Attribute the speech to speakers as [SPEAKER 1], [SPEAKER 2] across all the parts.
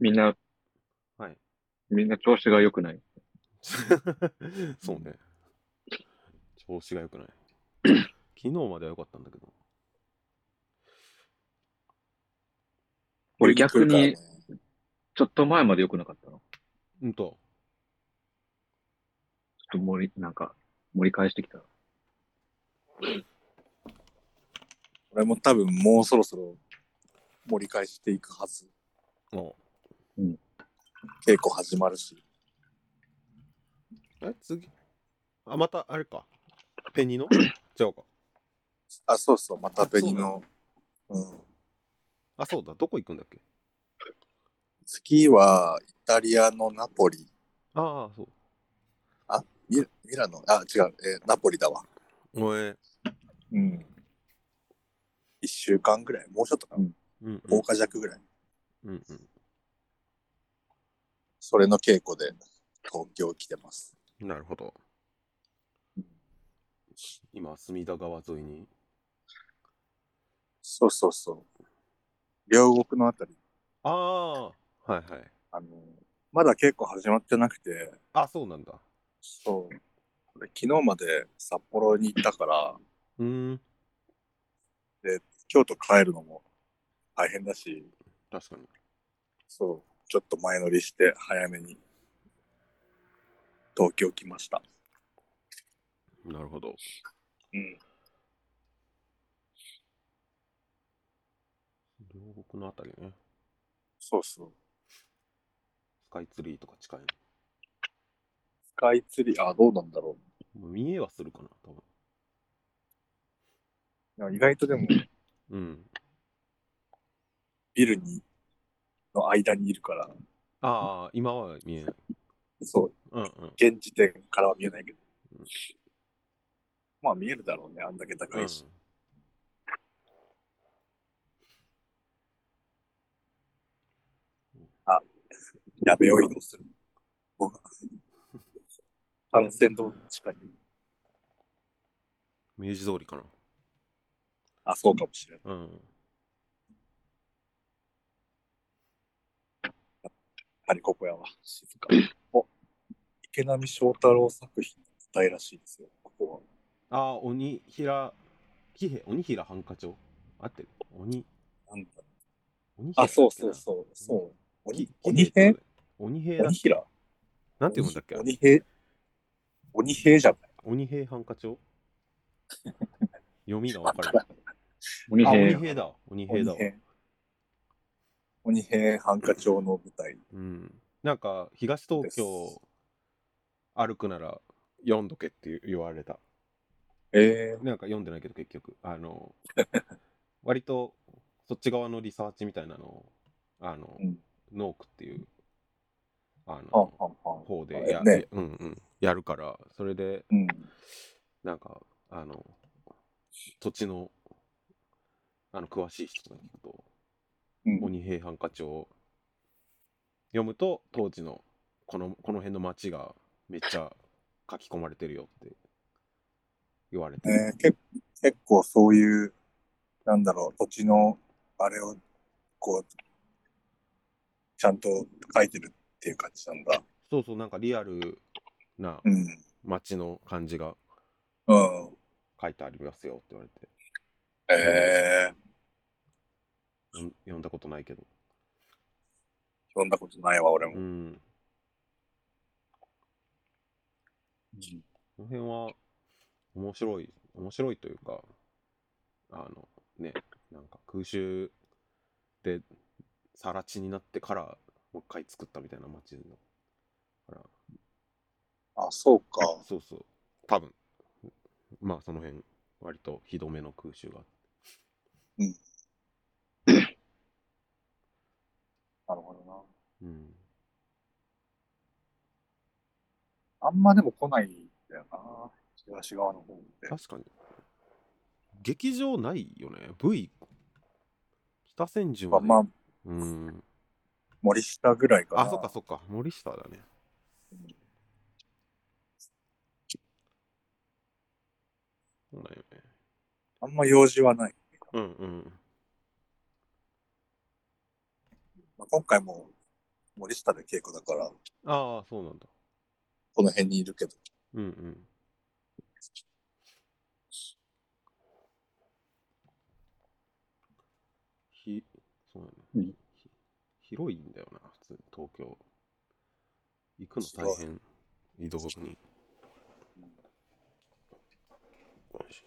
[SPEAKER 1] みんな、
[SPEAKER 2] はい。
[SPEAKER 1] みんな調子が良くない。
[SPEAKER 2] そうね。調子が良く ない。昨日までは良かったんだけど。
[SPEAKER 1] 俺逆に、ちょっと前まで良くなかったの。ちょ
[SPEAKER 2] うんと、
[SPEAKER 1] っと盛り、なんか、盛り返してきた。
[SPEAKER 3] 俺も多分もうそろそろ盛り返していくはず。
[SPEAKER 2] も
[SPEAKER 3] 稽古始まるし。
[SPEAKER 2] う。え、次。あ、また、あれか。ペ ニの違うか。
[SPEAKER 3] あ、そうそう、またベニの。うん。
[SPEAKER 2] あ、そうだ。どこ行くんだっけ
[SPEAKER 3] 次はイタリアのナポリ。
[SPEAKER 2] ああ、そう。
[SPEAKER 3] ミミラノ、あ、違う、えーナポリだわ。
[SPEAKER 2] おえ。
[SPEAKER 3] うん。一週間ぐらい、もうちょっとか
[SPEAKER 2] う
[SPEAKER 3] な、
[SPEAKER 2] ん、うん
[SPEAKER 3] 10。日弱ぐらい。
[SPEAKER 2] うん、うん。
[SPEAKER 3] それの稽古で東京来てます。
[SPEAKER 2] なるほど。今、隅田川沿いに。
[SPEAKER 3] そうそうそう。両国のあたり、
[SPEAKER 2] ああ。はいはい。
[SPEAKER 3] あの、まだ稽古始まってなくて、
[SPEAKER 2] あ、そうなんだ。
[SPEAKER 3] そう。俺昨日まで札幌に行ったから、
[SPEAKER 2] うーん。
[SPEAKER 3] 京都帰るのも大変だし、
[SPEAKER 2] 確かに。
[SPEAKER 3] そう、ちょっと前乗りして早めに東京来ました。
[SPEAKER 2] なるほど。
[SPEAKER 3] うん。
[SPEAKER 2] 両国のあたりね。
[SPEAKER 3] そうそう。
[SPEAKER 2] スカイツリーとか近い
[SPEAKER 3] スカイツリー、あ、どうなんだろ
[SPEAKER 2] の。もう見えはするかな、多分。
[SPEAKER 3] う。いや意外とでも、
[SPEAKER 2] うん。
[SPEAKER 3] ビルに、の間にいるから、
[SPEAKER 2] ああ、今は見えない。
[SPEAKER 3] そう、
[SPEAKER 2] うんうん。
[SPEAKER 3] 現時点からは見えないけど
[SPEAKER 2] うん。
[SPEAKER 3] まあ見えるだろうね、あんだけ高いし。やべえよ、移動する。僕幹線道路の近い。
[SPEAKER 2] うん、明治通りかな。
[SPEAKER 3] あ、そうかもしれない。
[SPEAKER 2] うん。
[SPEAKER 3] ハリココヤは静か。 お、池波正太郎作品伝えらしいですよ、ここは。
[SPEAKER 2] ああ、鬼平、喜兵衛、鬼平ハンカチョ合ってる。鬼、
[SPEAKER 3] なんだ
[SPEAKER 2] 鬼平。
[SPEAKER 3] あ、そうそうそう、そう。鬼、鬼
[SPEAKER 2] 喜兵衛
[SPEAKER 3] 兵
[SPEAKER 2] って鬼平だ
[SPEAKER 3] 鬼。平
[SPEAKER 2] なんて読むんだっけあれ
[SPEAKER 3] 鬼平鬼平じゃない
[SPEAKER 2] 鬼平ハンカチョ読みがわかる。
[SPEAKER 1] 鬼
[SPEAKER 2] あ、
[SPEAKER 1] 平
[SPEAKER 2] 鬼平だ。鬼平だ
[SPEAKER 3] 鬼
[SPEAKER 2] わ。
[SPEAKER 3] 平。鬼平繁華町の舞台。
[SPEAKER 2] うん。なんか、東東京歩くなら読んどけって言われた。
[SPEAKER 3] え
[SPEAKER 2] なんか読んでないけど結局あの 割とそっち側のリサーチみたいなのをあの、
[SPEAKER 3] うん
[SPEAKER 2] ノークっていうあ
[SPEAKER 3] ー、は
[SPEAKER 2] の
[SPEAKER 3] あはあはあ。
[SPEAKER 2] 方でや,、
[SPEAKER 3] ね。
[SPEAKER 2] うんうん、やるからそれで
[SPEAKER 3] うん。
[SPEAKER 2] なんかあの土地のあの詳しい人とかに聞くと
[SPEAKER 3] う
[SPEAKER 2] 「
[SPEAKER 3] ん
[SPEAKER 2] 鬼平犯科帳」読むと当時のこのこの辺の町がめっちゃ書き込まれてるよって言われて、
[SPEAKER 3] えー、け結構そういう、なんだろう、土地のあれを、こう、ちゃんと書いてるっていう感じなんだ。
[SPEAKER 2] そうそうなんかリアルな
[SPEAKER 3] うん。
[SPEAKER 2] 街の感じが
[SPEAKER 3] うん。
[SPEAKER 2] 書いてありますよって言われて
[SPEAKER 3] えー、
[SPEAKER 2] 読ん読んだことないけど
[SPEAKER 3] 読んだことないわ、俺
[SPEAKER 2] う
[SPEAKER 3] も。
[SPEAKER 2] んこの辺は面白い面白いというかあのねなんか空襲で更地になってからもう一回作ったみたいな街のだか
[SPEAKER 3] あ、そうか。
[SPEAKER 2] らそうそう多分まあその辺割とひどめの空襲が
[SPEAKER 3] なるほどな。
[SPEAKER 2] うん
[SPEAKER 3] あんまでも来ないんだよな。東側の方って。
[SPEAKER 2] 確かに劇場ないよね V 北千住
[SPEAKER 3] ま
[SPEAKER 2] ま
[SPEAKER 3] あ、
[SPEAKER 2] で、う
[SPEAKER 3] まあ、
[SPEAKER 2] ん
[SPEAKER 3] 森下ぐらいかな。
[SPEAKER 2] あそっかそっか森下だねそうだよね
[SPEAKER 3] あんま用事はない。
[SPEAKER 2] うんうん
[SPEAKER 3] まあ、今回も森下で稽古だから、
[SPEAKER 2] ああ、そうなんだ。
[SPEAKER 3] この辺にいるけど。
[SPEAKER 2] うんうん。ひ、そうな
[SPEAKER 1] う
[SPEAKER 2] の、
[SPEAKER 1] ん
[SPEAKER 2] ひ広いんだよな、普通に東京。行くの大変。移動に。よし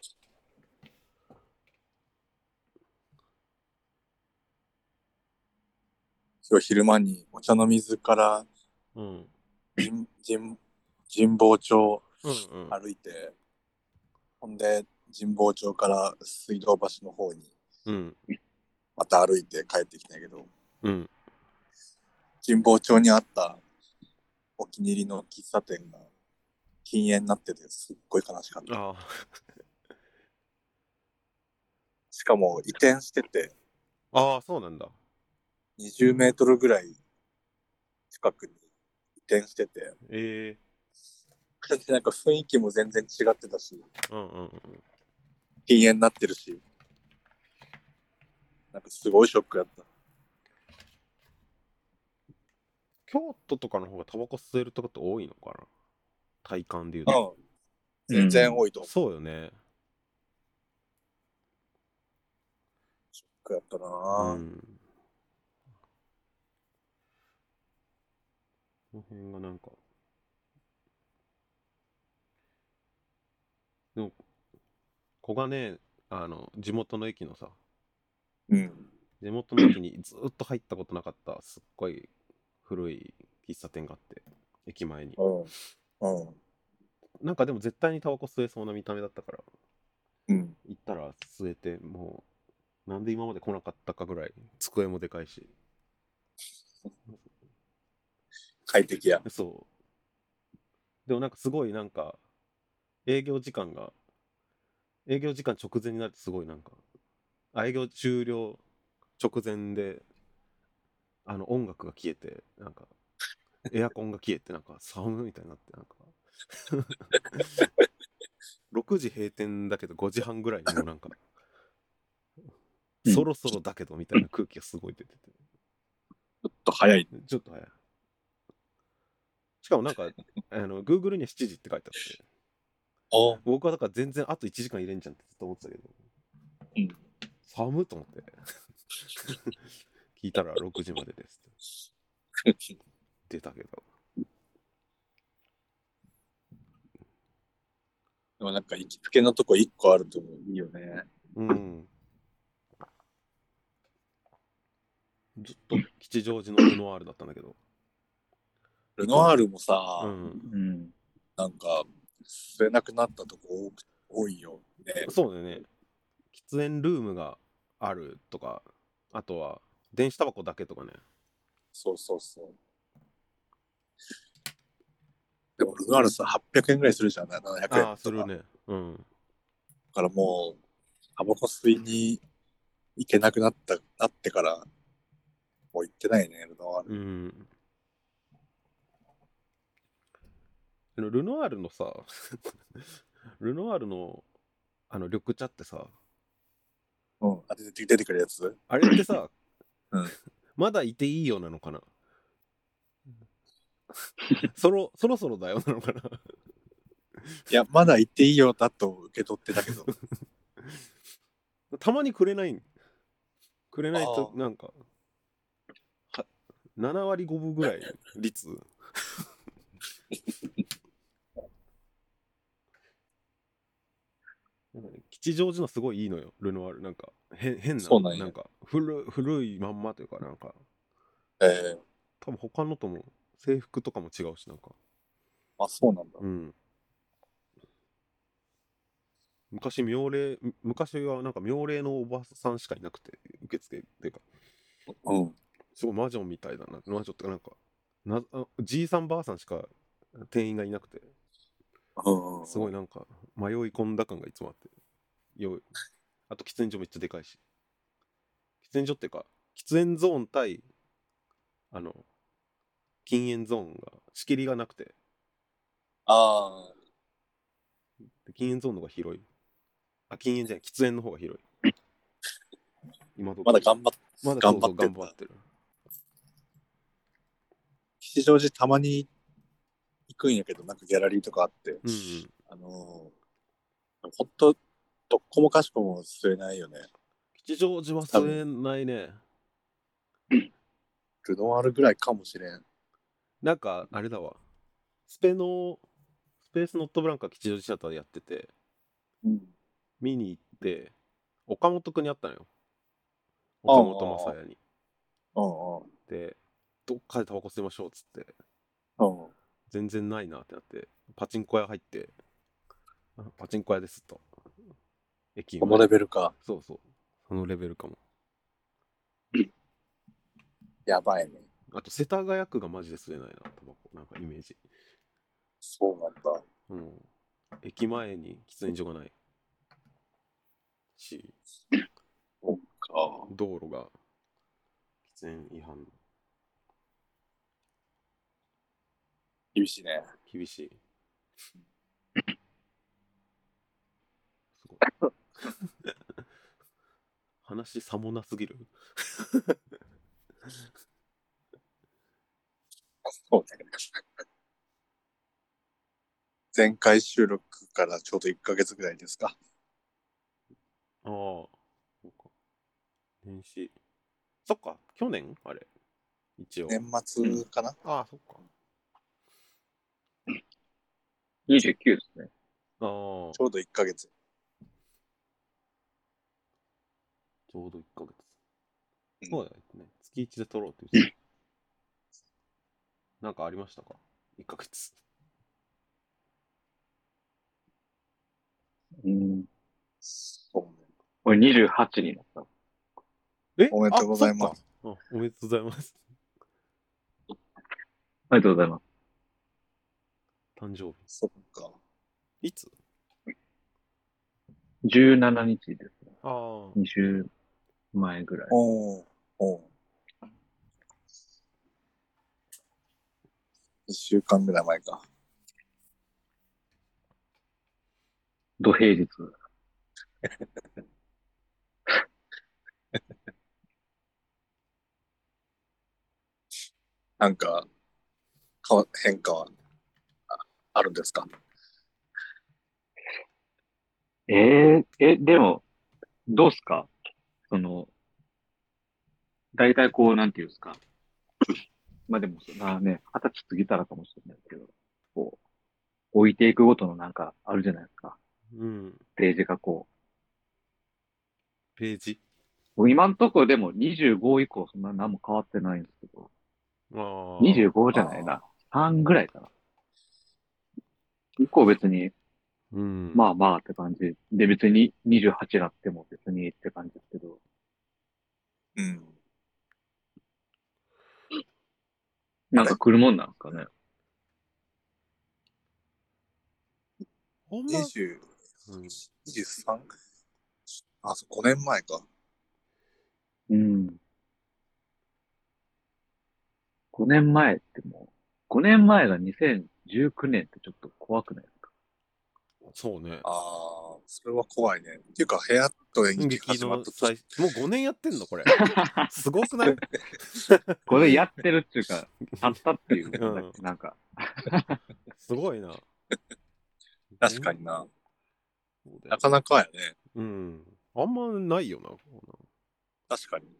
[SPEAKER 3] 今日昼間にお茶の水から
[SPEAKER 2] うん。うん
[SPEAKER 3] 神神神保町
[SPEAKER 2] うん。
[SPEAKER 3] 歩いて、ほんで神保町から水道橋の方に
[SPEAKER 2] うん。
[SPEAKER 3] また歩いて帰ってきたんやけど、
[SPEAKER 2] うん。
[SPEAKER 3] 神保町にあったお気に入りの喫茶店が禁煙になっててすっごい悲しかった。
[SPEAKER 2] ああ。
[SPEAKER 3] しかも移転してて
[SPEAKER 2] ああ、そうなんだ。
[SPEAKER 3] 20メートルぐらい近くに移転してて、
[SPEAKER 2] え
[SPEAKER 3] でなんか雰囲気も全然違ってたし、
[SPEAKER 2] えうんうんうん。
[SPEAKER 3] 禁煙になってるし、なんかすごいショックやった。
[SPEAKER 2] 京都とかの方がタバコ吸えるとこって多いのかな体感で言うと。
[SPEAKER 3] うん。全然多いと思う。
[SPEAKER 2] そうよね。
[SPEAKER 3] ショックやったな
[SPEAKER 2] う
[SPEAKER 3] ぁ、
[SPEAKER 2] ん。この辺がなんか。でも、子がね、あの、地元の駅のさ、
[SPEAKER 3] うん。
[SPEAKER 2] 地元の駅にずっと入ったことなかった、すっごい古い喫茶店があって、駅前に。
[SPEAKER 3] うん。うん。
[SPEAKER 2] なんかでも絶対にタバコ吸えそうな見た目だったから、
[SPEAKER 3] うん。
[SPEAKER 2] 行ったら吸えて、もう、なんで今まで来なかったかぐらい、机もでかいし。
[SPEAKER 3] 快 適や。
[SPEAKER 2] そう。でもなんかすごいなんか、営業時間が、営業時間直前になるとすごいなんか、あ営業終了直前で、あの音楽が消えて、なんか、エアコンが消えて、なんか寒いみたいになって、なんか、6時閉店だけど5時半ぐらいにもうなんか、
[SPEAKER 1] うん
[SPEAKER 2] そろそろだけどみたいな空気がすごい出てて。
[SPEAKER 3] ちょっと早 い。
[SPEAKER 2] ちょっと早い。しかもなんか、 あの、Google には7時って書いてあって、
[SPEAKER 3] あ
[SPEAKER 2] 僕はだから全然あと1時間入れんじゃんってずっと思ってたけど、
[SPEAKER 3] うん
[SPEAKER 2] 寒っと思って、 聞いたら6時までですって出たけど、
[SPEAKER 3] でもなんか行きつけのとこ一個あると思う。
[SPEAKER 1] いいよね。
[SPEAKER 2] うん。ずっと吉祥寺のルノワールだったんだけど、
[SPEAKER 3] ルノアールもさ、
[SPEAKER 2] うん。
[SPEAKER 1] うん。
[SPEAKER 3] なんか吸えなくなったとこ多く多いよね。
[SPEAKER 2] そうだよね。喫煙ルームがあるとか、あとは電子タバコだけとかね。
[SPEAKER 3] そうそうそう。でもルノアールさ、800円ぐらいするじゃん、700円とか。
[SPEAKER 2] ああ、するね。うん。
[SPEAKER 3] だからもう、タバコ吸いに行けなくなった、なってから、もう行ってないね、ルノアール。
[SPEAKER 2] うん。あのルノアールのさ、 ルノアールのあの緑茶ってさ、
[SPEAKER 3] うん。あ、出て出てくるやつ
[SPEAKER 2] あれってさ、
[SPEAKER 3] うん
[SPEAKER 2] まだいていいよなのかな そろそろそろだよなのかない
[SPEAKER 3] や、まだ行っていいよ、だと受け取ってたけど。
[SPEAKER 2] たまにくれないくれないと
[SPEAKER 3] あー
[SPEAKER 2] なんかは7割5分ぐらい率 なんかね吉祥寺のすごいいいのよルノワールなんか変変な
[SPEAKER 3] そうなんや
[SPEAKER 2] なんか古古いまんまというかなんか
[SPEAKER 3] ええ
[SPEAKER 2] 多分他のとも制服とかも違うしなんか
[SPEAKER 3] あ、そうなんだ。
[SPEAKER 2] うん昔妙齢む昔はなんか妙齢のおばさんしかいなくて受付っていうか
[SPEAKER 3] うん。
[SPEAKER 2] すごい魔女みたいだな魔女ってかなんかなあじいさんばあさんしか店員がいなくて
[SPEAKER 3] うん、
[SPEAKER 2] すごいなんか迷い込んだ感がいつもあってよいあと喫煙所めっちゃでかいし喫煙所っていうか喫煙ゾーン対あの禁煙ゾーンが仕切りがなくて
[SPEAKER 3] ああ、
[SPEAKER 2] で禁煙ゾーンの方が広いあ禁煙じゃない喫煙の方が広い今どこ
[SPEAKER 3] まだ頑張
[SPEAKER 2] ま
[SPEAKER 3] っ
[SPEAKER 2] だそう
[SPEAKER 3] 頑
[SPEAKER 2] そ
[SPEAKER 3] 張
[SPEAKER 2] う
[SPEAKER 3] って
[SPEAKER 2] 頑
[SPEAKER 3] んだ
[SPEAKER 2] 張ってる
[SPEAKER 3] 吉祥寺たまに行くんやけど、なんかギャラリーとかあって、
[SPEAKER 2] うんうん。
[SPEAKER 3] あのーほんと、どっこもかしこも吸えないよね。
[SPEAKER 2] 吉祥寺は吸えないね。
[SPEAKER 3] ルノワールぐらいかもしれん。
[SPEAKER 2] なんか、あれだわ。スペの、スペースノットブランカ吉祥寺シアターでやってて、
[SPEAKER 3] うん。
[SPEAKER 2] 見に行って、岡本くんに会ったのよ。
[SPEAKER 3] あー
[SPEAKER 2] 岡本正也に。
[SPEAKER 3] うん
[SPEAKER 2] で、どっかでタバコ吸いましょうっつって、
[SPEAKER 3] うん。うん。
[SPEAKER 2] 全然ないなってなって、パチンコ屋入って、あパチンコ屋ですと。駅
[SPEAKER 3] このレベルか。
[SPEAKER 2] そうそう。そのレベルかも。
[SPEAKER 3] やばいね。
[SPEAKER 2] あと、世田谷区がマジで吸えないな、タバコ。なんかイメージ。
[SPEAKER 3] そうなんだ。
[SPEAKER 2] うん。駅前に喫煙所がないし、
[SPEAKER 3] そっか。
[SPEAKER 2] 道路が喫煙違反
[SPEAKER 3] 厳しいね。
[SPEAKER 2] 厳しい。すごい。 話さもなすぎる。
[SPEAKER 3] そうね。前回収録からちょうど1ヶ月ぐらいですか。
[SPEAKER 2] ああ。そうか。年始。そっか、去年あれ。一応。
[SPEAKER 3] 年末かな、
[SPEAKER 2] ああ、そっか。
[SPEAKER 1] 29ですね。
[SPEAKER 2] ああ、
[SPEAKER 3] ちょうど1ヶ月。
[SPEAKER 2] ちょうど1ヶ月
[SPEAKER 3] うん。
[SPEAKER 2] そうだよね。月1で撮ろうって言ってた。なんかありましたか ?1 ヶ月。
[SPEAKER 1] うん。
[SPEAKER 3] そうね。
[SPEAKER 1] 俺28になった。
[SPEAKER 2] え。
[SPEAKER 3] おめでとうございます
[SPEAKER 2] あそっかあおめでとうございます。
[SPEAKER 1] ありがとうございます。
[SPEAKER 2] 誕生
[SPEAKER 3] そっか。
[SPEAKER 2] 日。いつ
[SPEAKER 1] 17日ですね。
[SPEAKER 2] ああ。
[SPEAKER 1] 2週前ぐらい。
[SPEAKER 3] おーおー。1週間ぐらい前か。
[SPEAKER 1] 土平日。
[SPEAKER 3] なんか、かわ変化はああるんですか
[SPEAKER 1] えええ、でも、どうっすかその、大体こう、なんていうんですか。まあでも、まあね、二十歳過ぎたらかもしれないけど、こう、置いていくごとのなんかあるじゃないですか。
[SPEAKER 2] うん。
[SPEAKER 1] ページがこ
[SPEAKER 2] ページ。
[SPEAKER 1] う。もう今んとこでも25以降そんな何も変わってないんですけど、
[SPEAKER 2] ああ。
[SPEAKER 1] 25じゃないな。3ぐらいかな。以降別に、
[SPEAKER 2] うん。
[SPEAKER 1] ま
[SPEAKER 2] あ。
[SPEAKER 1] あまあって感じ。で別に28になっても別にって感じですけど、
[SPEAKER 3] うん。
[SPEAKER 1] なんか来るもんなんですかね。
[SPEAKER 2] ほんま。
[SPEAKER 3] 20、
[SPEAKER 2] うん、
[SPEAKER 3] 23? あ、そう5年前か。
[SPEAKER 1] うん。5年前ってもう、5年前が2019年ってちょっと怖くないですか
[SPEAKER 2] そうね。
[SPEAKER 3] ああ、それは怖いね。っていうか、部屋と演劇
[SPEAKER 2] 劇
[SPEAKER 3] 始ま
[SPEAKER 2] の
[SPEAKER 3] った
[SPEAKER 2] 最
[SPEAKER 3] 時、
[SPEAKER 2] もう5年やってんの これ。すごくない
[SPEAKER 1] これやってるっていう か、あったっていうね、
[SPEAKER 2] うん
[SPEAKER 1] なんか、
[SPEAKER 2] すご いな。
[SPEAKER 3] 確かにな。
[SPEAKER 2] そうだよ
[SPEAKER 3] なかなかやね。
[SPEAKER 2] うん。あんまないよな。
[SPEAKER 3] 確かに。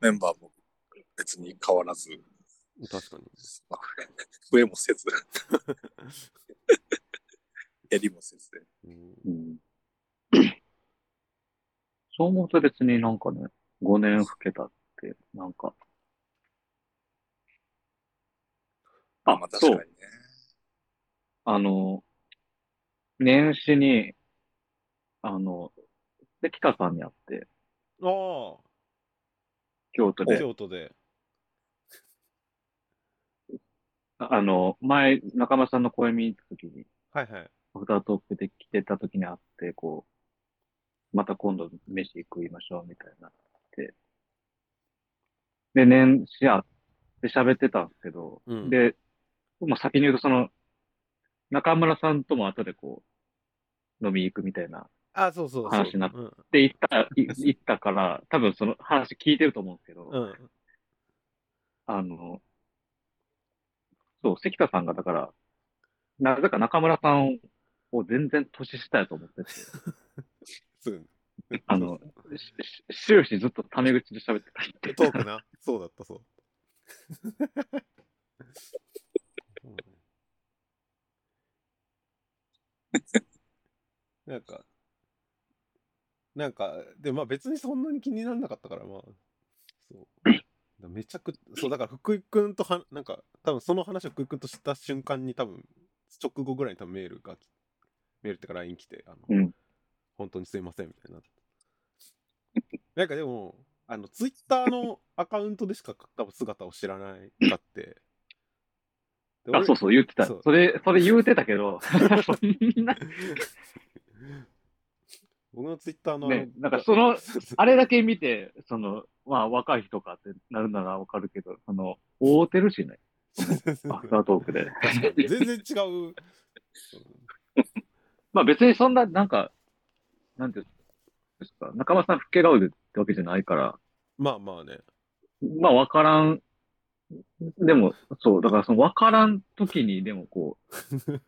[SPEAKER 3] メンバーも別に変わらず、
[SPEAKER 2] 確かに。
[SPEAKER 3] まあ増え もせず、減りもせずで。
[SPEAKER 2] うん、
[SPEAKER 1] うん、 そう思うと別になんかね、5年老けたって、なんか、あ、
[SPEAKER 3] まあ確か
[SPEAKER 1] そ
[SPEAKER 3] に
[SPEAKER 1] う
[SPEAKER 3] ね。
[SPEAKER 1] あの、年始に、あの、で、北さんに会って、
[SPEAKER 2] あ
[SPEAKER 1] 京都
[SPEAKER 2] あ、
[SPEAKER 1] で、
[SPEAKER 2] 京都で。
[SPEAKER 1] あの、前、中村さんの声見に行った時に、
[SPEAKER 2] はいはい。
[SPEAKER 1] アフタートークで来てた時に会って、こう、また今度飯食いましょうみたいになって。で、年始あって喋ってたんですけど、
[SPEAKER 2] うん
[SPEAKER 1] で、まあ、先に言うとその、中村さんとも後でこう、飲み行くみたいな。
[SPEAKER 2] あそうそうそう。
[SPEAKER 1] 話になっ
[SPEAKER 2] うん。
[SPEAKER 1] で、 行った、い行ったから、多分その話聞いてると思うんですけど、
[SPEAKER 2] うん。
[SPEAKER 1] あの、そう、関田さんがだから、なぜか中村さんを全然年下やと思って て、
[SPEAKER 2] そう
[SPEAKER 1] あの、しし終始ずっとタメ口で喋ってたって。
[SPEAKER 2] トークな。 そうだった、そうだった。そうだねなんか、なんか、で、まあ別にそんなに気にならなかったから、まあ、そう。だめちゃくそう、だから福井くんとは、なんか、多分その話を福井くんとした瞬間に、多分直後ぐらいに多分メールが、メールっていうか LINE 来て、あの、
[SPEAKER 1] うん
[SPEAKER 2] 本当にすいません、みたいな。 なんかでも、あの、ツイッターのアカウントでしか多分姿を知らないかって。で
[SPEAKER 1] あ、
[SPEAKER 2] 俺
[SPEAKER 1] そうそう、言ってた。
[SPEAKER 2] そう
[SPEAKER 1] それ、それ言うてたけ ど、そんな、
[SPEAKER 2] 僕のツイッターの、
[SPEAKER 1] ねなんかそ のあれだけ見て、その、まあ、若い人かってなるならわかるけど、その、大てるしね、 アフタートークで。
[SPEAKER 2] 確かに全然違う。
[SPEAKER 1] まあ別にそんな、なんか、なんていうんですか、中間さん老け顔でってわけじゃないから、
[SPEAKER 2] まあまあね。
[SPEAKER 1] まあわからん。でも、そう、だからそのわからん時に、でもこ う、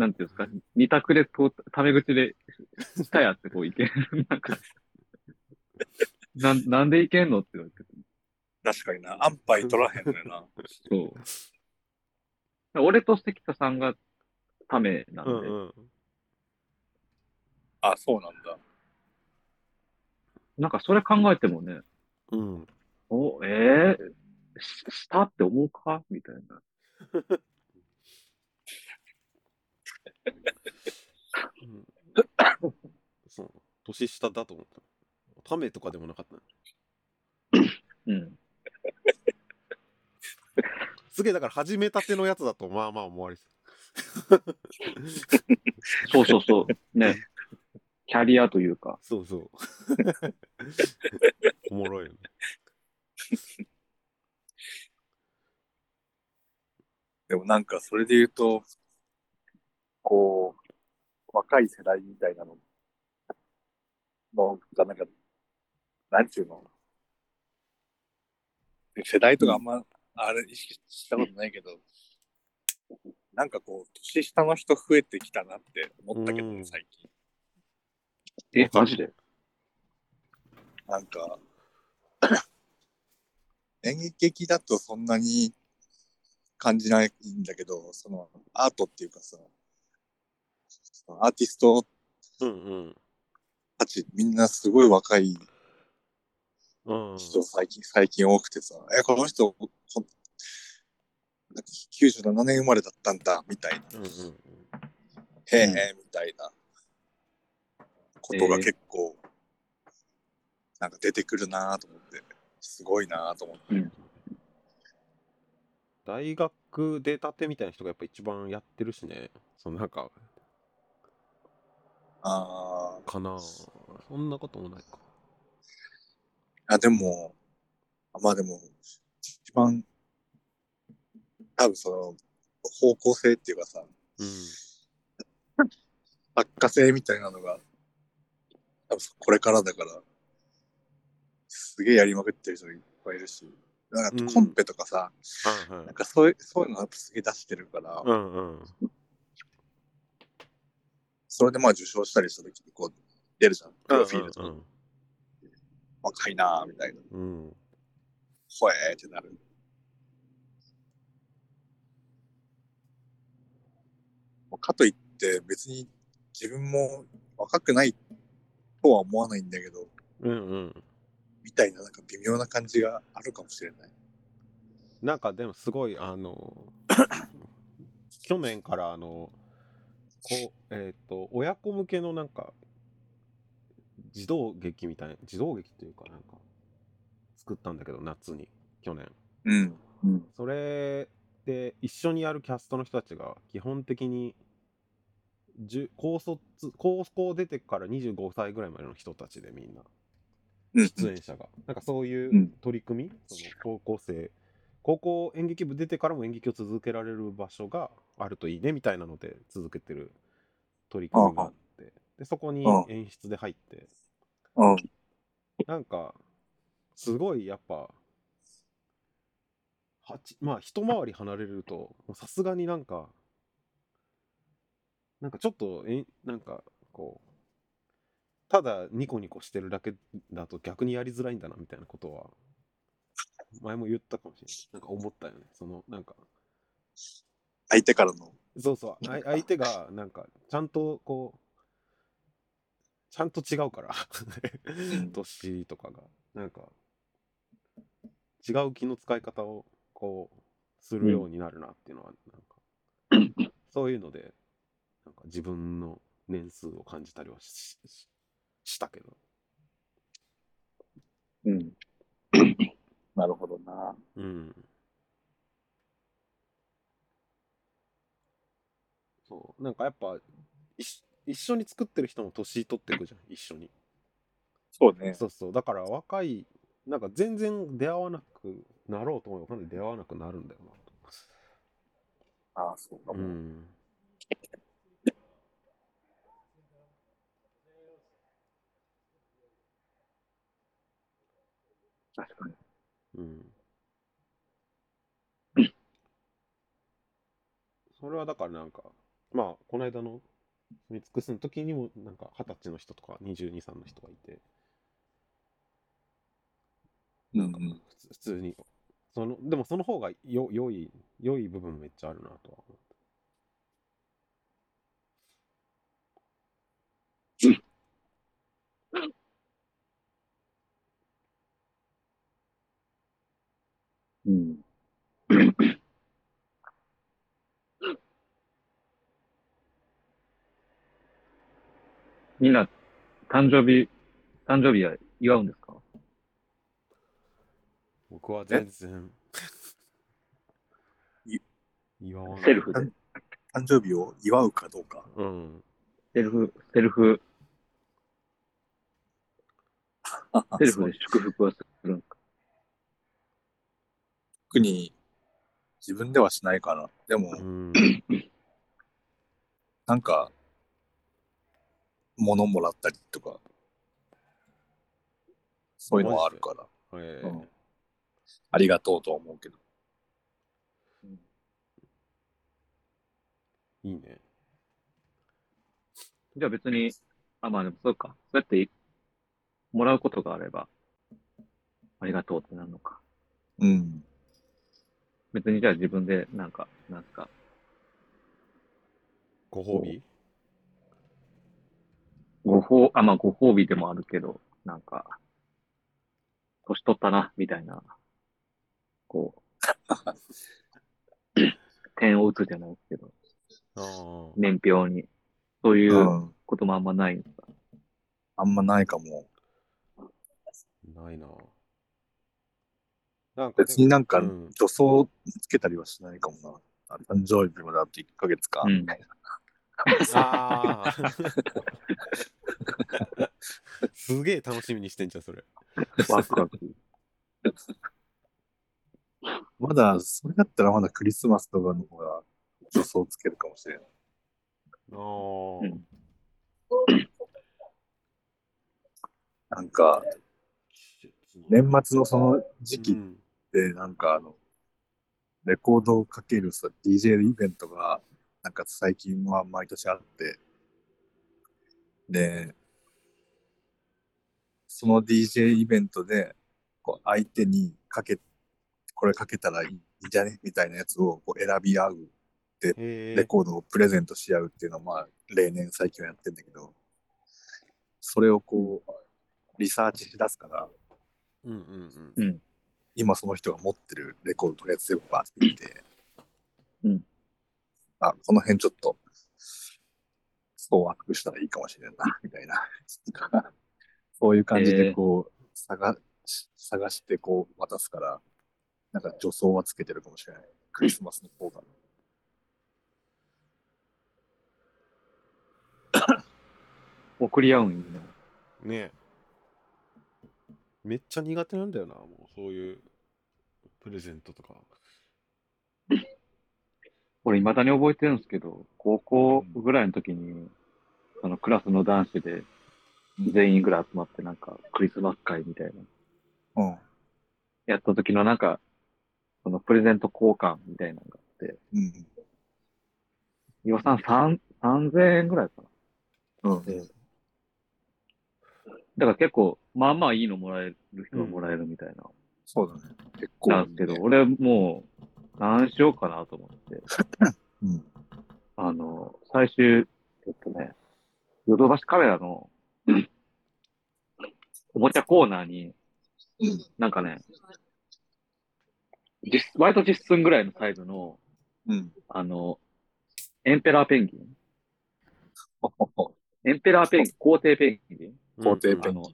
[SPEAKER 1] なんていうんですか、二択でこう、タメ口で、したやってこうい ける。なんか、なんなんでいけんのって言われて、
[SPEAKER 3] 確かにな。安牌取らへんのよな。
[SPEAKER 1] そう。俺と関田さんがためなん
[SPEAKER 2] う
[SPEAKER 1] で、
[SPEAKER 2] んうん。
[SPEAKER 3] あ、そうなんだ。
[SPEAKER 1] なんかそれ考えてもね、
[SPEAKER 2] うん。
[SPEAKER 1] お、えー、ししたって思うかみたいな。
[SPEAKER 2] うんそう。年下だと思った。ためとかでもなかった。
[SPEAKER 1] うん。
[SPEAKER 2] すげえ、だから始めたてのやつだと、まあまあ思われて
[SPEAKER 1] そうそうそう。 ね。キャリアというか。
[SPEAKER 2] そ うそう。おもろいよね。
[SPEAKER 3] でもなんかそれで言うと、こう、若い世代みたいなの、のがなんか、なんていうの世代とかあんま、あれ意識したことないけど、なんかこう、年下の人増えてきたなって思ったけど
[SPEAKER 2] う
[SPEAKER 3] ね、
[SPEAKER 2] ん
[SPEAKER 3] 最近。
[SPEAKER 1] え、マジで
[SPEAKER 3] なんか、 演劇だとそんなに感じないんだけど、そのアートっていうかさ、そのアーティスト
[SPEAKER 2] うん
[SPEAKER 3] たちみんなすごい若い
[SPEAKER 2] うん。うん。
[SPEAKER 3] 人最近、最近多くてさ、え、この人、ほんなんか97年生まれだったんだ、みたいな、
[SPEAKER 2] うんうん
[SPEAKER 3] へえ
[SPEAKER 1] うん、
[SPEAKER 3] みたいなことが結構、なんか出てくるなと思って、すごいなと思って。
[SPEAKER 2] 大学出たてみたいな人がやっぱ一番やってるしね。そのなんか、
[SPEAKER 3] あー
[SPEAKER 2] かなそんなこともないか。
[SPEAKER 3] あ、でも、まあでも、一番、多分その、方向性っていうかさ、
[SPEAKER 2] うん。
[SPEAKER 3] 作家性みたいなのが、多分これからだから、すげえやりまくってる人いっぱいいるし、なん
[SPEAKER 2] うん
[SPEAKER 3] かコンペとかさ、
[SPEAKER 2] はいはい
[SPEAKER 3] なん。かそういう、そういうのやっぱすげえ出してるから、
[SPEAKER 2] うんうん。
[SPEAKER 3] それでまあ受賞したりした時にこう、出るじゃん。プロフィールと
[SPEAKER 2] う
[SPEAKER 3] か、
[SPEAKER 2] ん
[SPEAKER 3] 若いなーみたいな、
[SPEAKER 2] うん。うん
[SPEAKER 3] ほえーってなる。かといって別に自分も若くないとは思わないんだけど、
[SPEAKER 2] うんうん。
[SPEAKER 3] みたいななんか微妙な感じがあるかもしれない。
[SPEAKER 2] なんかでもすごい、あの、去年からあの、こう、えっ、と、親子向けのなんか、児童劇みたいな、児童劇というかなんか、作ったんだけど、夏に、去年。
[SPEAKER 3] うん。うん。
[SPEAKER 2] それで一緒にやるキャストの人たちが基本的に10高卒高校出てから25歳ぐらいまでの人たちでみんな
[SPEAKER 3] うん。
[SPEAKER 2] 出演者が、なんかそう
[SPEAKER 1] う
[SPEAKER 2] いうん取り組み、その高校生高校演劇部出てからも演劇を続けられる場所があるといいねみたいなので続けてる取り組みがあってでそこに
[SPEAKER 3] うん
[SPEAKER 2] 演出で入って
[SPEAKER 3] うん。
[SPEAKER 2] なんかすごいやっぱは八まあ一回り離れるともうさすがになんかなんかちょっとえなんかこうただニコニコしてるだけだと逆にやりづらいんだなみたいなことは前も言ったかもしれないなんか思ったよねそのなんか
[SPEAKER 3] 相手からの。
[SPEAKER 2] そうそうあい相手がなんかちゃんとこうちゃんと違うから年とかがなんか違う気の使い方をこうするようになるなっていうのはなんか、そういうのでなんか自分の年数を感じたりはしししたけど
[SPEAKER 1] うん。
[SPEAKER 3] なるほどな。
[SPEAKER 2] うんそうなんかやっぱ一一緒に作ってる人も年取っていくじゃん一緒に
[SPEAKER 3] そうね。
[SPEAKER 2] そうそうだから若いなんか全然出会わなくなろうと思えばかなり出会わなくなるんだよな
[SPEAKER 3] ああ、そう
[SPEAKER 2] と、
[SPEAKER 3] か
[SPEAKER 2] う
[SPEAKER 3] も。
[SPEAKER 2] ん、
[SPEAKER 1] 確かに。
[SPEAKER 2] うん、それはだからなんかまあこの間の住み尽くすの時にもなんか二十歳の人とか22歳の人がいて
[SPEAKER 3] うん
[SPEAKER 2] 普通普通にそのでもその方がよ良い良い部分めっちゃあるなとは思った
[SPEAKER 1] うん。みんな、誕生日、誕生日は祝うんですか
[SPEAKER 2] 僕は全然
[SPEAKER 3] い
[SPEAKER 2] 祝わない
[SPEAKER 1] セルフで。
[SPEAKER 3] 誕生日を祝うかどうか。
[SPEAKER 2] うん
[SPEAKER 1] セルフ、セルフ、セルフで祝福をするんですか
[SPEAKER 3] 特に自分ではしないかな。でも、
[SPEAKER 2] うん
[SPEAKER 3] なんか、物もらったりとか、そういうのはあるから、
[SPEAKER 2] え
[SPEAKER 3] う
[SPEAKER 2] ー
[SPEAKER 3] んありがとうとは思うけど。
[SPEAKER 2] いいね
[SPEAKER 1] じゃあ別に、あ、まあでもそうか。そうやって、もらうことがあれば、ありがとうってなるのか。
[SPEAKER 3] うん。。
[SPEAKER 1] 別にじゃあ自分で、なんか、なんすか、
[SPEAKER 2] ご褒美
[SPEAKER 1] ご褒、あ、まあご褒美でもあるけど、なんか、年取ったな、みたいな、 こう、点を打つじゃないですけど、
[SPEAKER 2] ああ
[SPEAKER 1] 年表に。そういううんこともあんまないんですか、
[SPEAKER 3] あんまないかも。
[SPEAKER 2] ないな。なんか
[SPEAKER 3] 別になんか、
[SPEAKER 2] うん
[SPEAKER 3] 女装つけたりはしないかもな。誕生日まであと1ヶ月か、
[SPEAKER 1] うん
[SPEAKER 3] みたいな。
[SPEAKER 2] あーすげえ楽しみにしてんじゃん、それ。
[SPEAKER 1] ワクワ ク。
[SPEAKER 3] まだ、それだったらまだクリスマスとかの方が女装つけるかもしれない。
[SPEAKER 2] あー
[SPEAKER 1] うん
[SPEAKER 3] なんか、年末のその時期
[SPEAKER 2] う
[SPEAKER 3] っ
[SPEAKER 2] ん
[SPEAKER 3] て、なんかあの、レコードをかけるさ、DJ イベントが、なんか最近は毎年あって、で、その DJ イベントで、こう相手にかけ、これかけたらいいんじゃねみたいなやつをこう選び合う、
[SPEAKER 2] へ
[SPEAKER 3] レ
[SPEAKER 2] え。
[SPEAKER 3] コードをプレゼントし合うっていうのは、まあ、例年最近はやってんだけど、それをこう、リサーチしだすから、
[SPEAKER 2] うんうん
[SPEAKER 1] うん
[SPEAKER 3] 今その人が持ってるレコードとりあえず全部バーって見て、
[SPEAKER 1] うん。
[SPEAKER 3] あ、この辺ちょっと、そうアップしたらいいかもしれんな、みたいな。 そういう感じでこう、探し、探してこう渡すから、なんか女装はつけてるかもしれない。クリスマスの方が。
[SPEAKER 1] 送り合うんよね。
[SPEAKER 2] うん。ねえめっちゃ苦手なんだよな、もうそういうプレゼントとか。
[SPEAKER 1] 俺未だに覚えてるんですけど、高校ぐらいの時に、そのクラスの男子で全員ぐらい集まってなんかクリスマス会みたいな。
[SPEAKER 3] うん。
[SPEAKER 1] やった時のなんか、そのプレゼント交換みたいなのがあって、
[SPEAKER 3] うん。
[SPEAKER 1] 予算3、3000円ぐらいかな。
[SPEAKER 3] うん。
[SPEAKER 1] だから結構、まあまあいいのもらえる人はもらえるみたいな。
[SPEAKER 3] そうだね。結構、ね。
[SPEAKER 1] なんですけど、俺もう、何しようかなと思って、
[SPEAKER 3] うん。
[SPEAKER 1] あの、最終、ちょっとね、ヨドバシカメラの、おもちゃコーナーに、
[SPEAKER 3] うん
[SPEAKER 1] なんかね、実割と実寸ぐらいのサイズの、
[SPEAKER 3] うん。
[SPEAKER 1] あの、エンペラーペンギ
[SPEAKER 3] ほほほ
[SPEAKER 1] ンエンペラーペンギン、皇帝ペンギン
[SPEAKER 3] 皇帝ペ
[SPEAKER 1] あ
[SPEAKER 3] ンギン
[SPEAKER 1] の、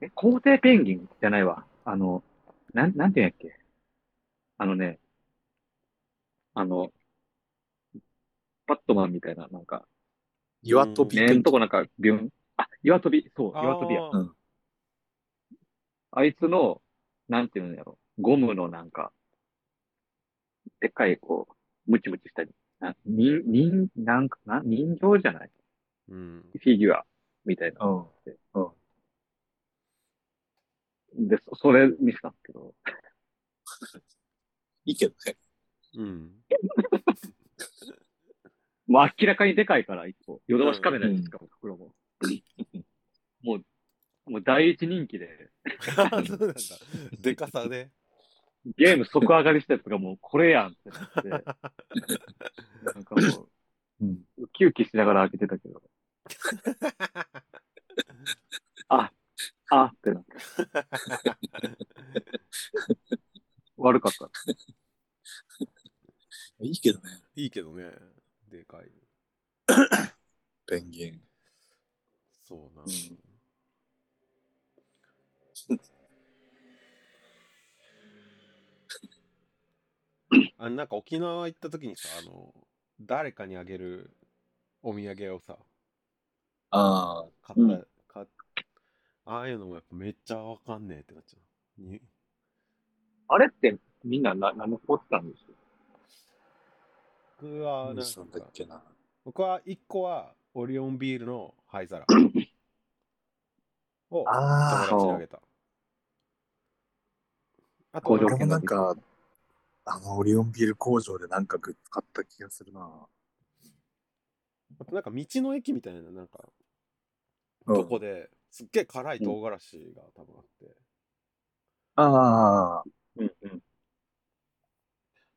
[SPEAKER 1] え、皇帝ペンギンじゃないわ。あの、なん、なんていうんやっけ。あのね、あの、バットマンみたいな、なんか、
[SPEAKER 3] 岩飛びペン
[SPEAKER 1] 目
[SPEAKER 3] ギン
[SPEAKER 1] んとこなんか、ビュン。あ、岩飛び、そう、
[SPEAKER 2] あー
[SPEAKER 1] 岩飛びや。
[SPEAKER 3] うん
[SPEAKER 1] あいつの、なんていうんやろ。ゴムのなんか、でっかい、こう、ムチムチしたり、な、に、に、なんか、な、人形じゃない
[SPEAKER 2] うん。
[SPEAKER 1] フィギュア、みたいな。
[SPEAKER 3] うん。
[SPEAKER 1] で、そそれ見せたんですけど、
[SPEAKER 3] いいけどね。
[SPEAKER 2] うん。
[SPEAKER 1] まあ明らかにでかいから、一個。ヨドバシカメラにしかも、袋も。もう、もう第一人気で、
[SPEAKER 2] そうなんだ。 でかさで。
[SPEAKER 1] ゲーム即上がりしたやつがもうこれやんってなって、なんかも
[SPEAKER 3] うん。
[SPEAKER 1] う、ウキウキしながら開けてたけ ど、あってなって、悪かった。
[SPEAKER 3] いいけどね。
[SPEAKER 2] いいけどね。でかい。
[SPEAKER 3] ペンギン。
[SPEAKER 2] そうなん
[SPEAKER 3] う
[SPEAKER 2] だ。
[SPEAKER 3] ん
[SPEAKER 2] あなんか沖縄行った時にさ、あの、誰かにあげるお土産をさ、
[SPEAKER 3] ああ、
[SPEAKER 2] 買った、
[SPEAKER 1] うん
[SPEAKER 2] 買っああいうのもやっぱめっちゃわかんねえってなっちゃう。に
[SPEAKER 1] あれってみんなな何持ってたんですよ。
[SPEAKER 2] 僕は
[SPEAKER 3] 何
[SPEAKER 2] なん
[SPEAKER 3] したんだっ
[SPEAKER 2] か、
[SPEAKER 3] けな。
[SPEAKER 2] 僕は一個はオリオンビールの灰 皿を
[SPEAKER 3] あ
[SPEAKER 1] ー
[SPEAKER 2] 友達にあげた。あと
[SPEAKER 1] 工場
[SPEAKER 3] 俺
[SPEAKER 1] 見
[SPEAKER 3] もなんか、あの、オリオンビール工場でなんかグッズ買った気がするな。
[SPEAKER 2] あとなんか道の駅みたいななんか
[SPEAKER 3] うん
[SPEAKER 2] とこですっげえ辛い唐辛子が多分あって、
[SPEAKER 3] ああ、
[SPEAKER 1] うんうん。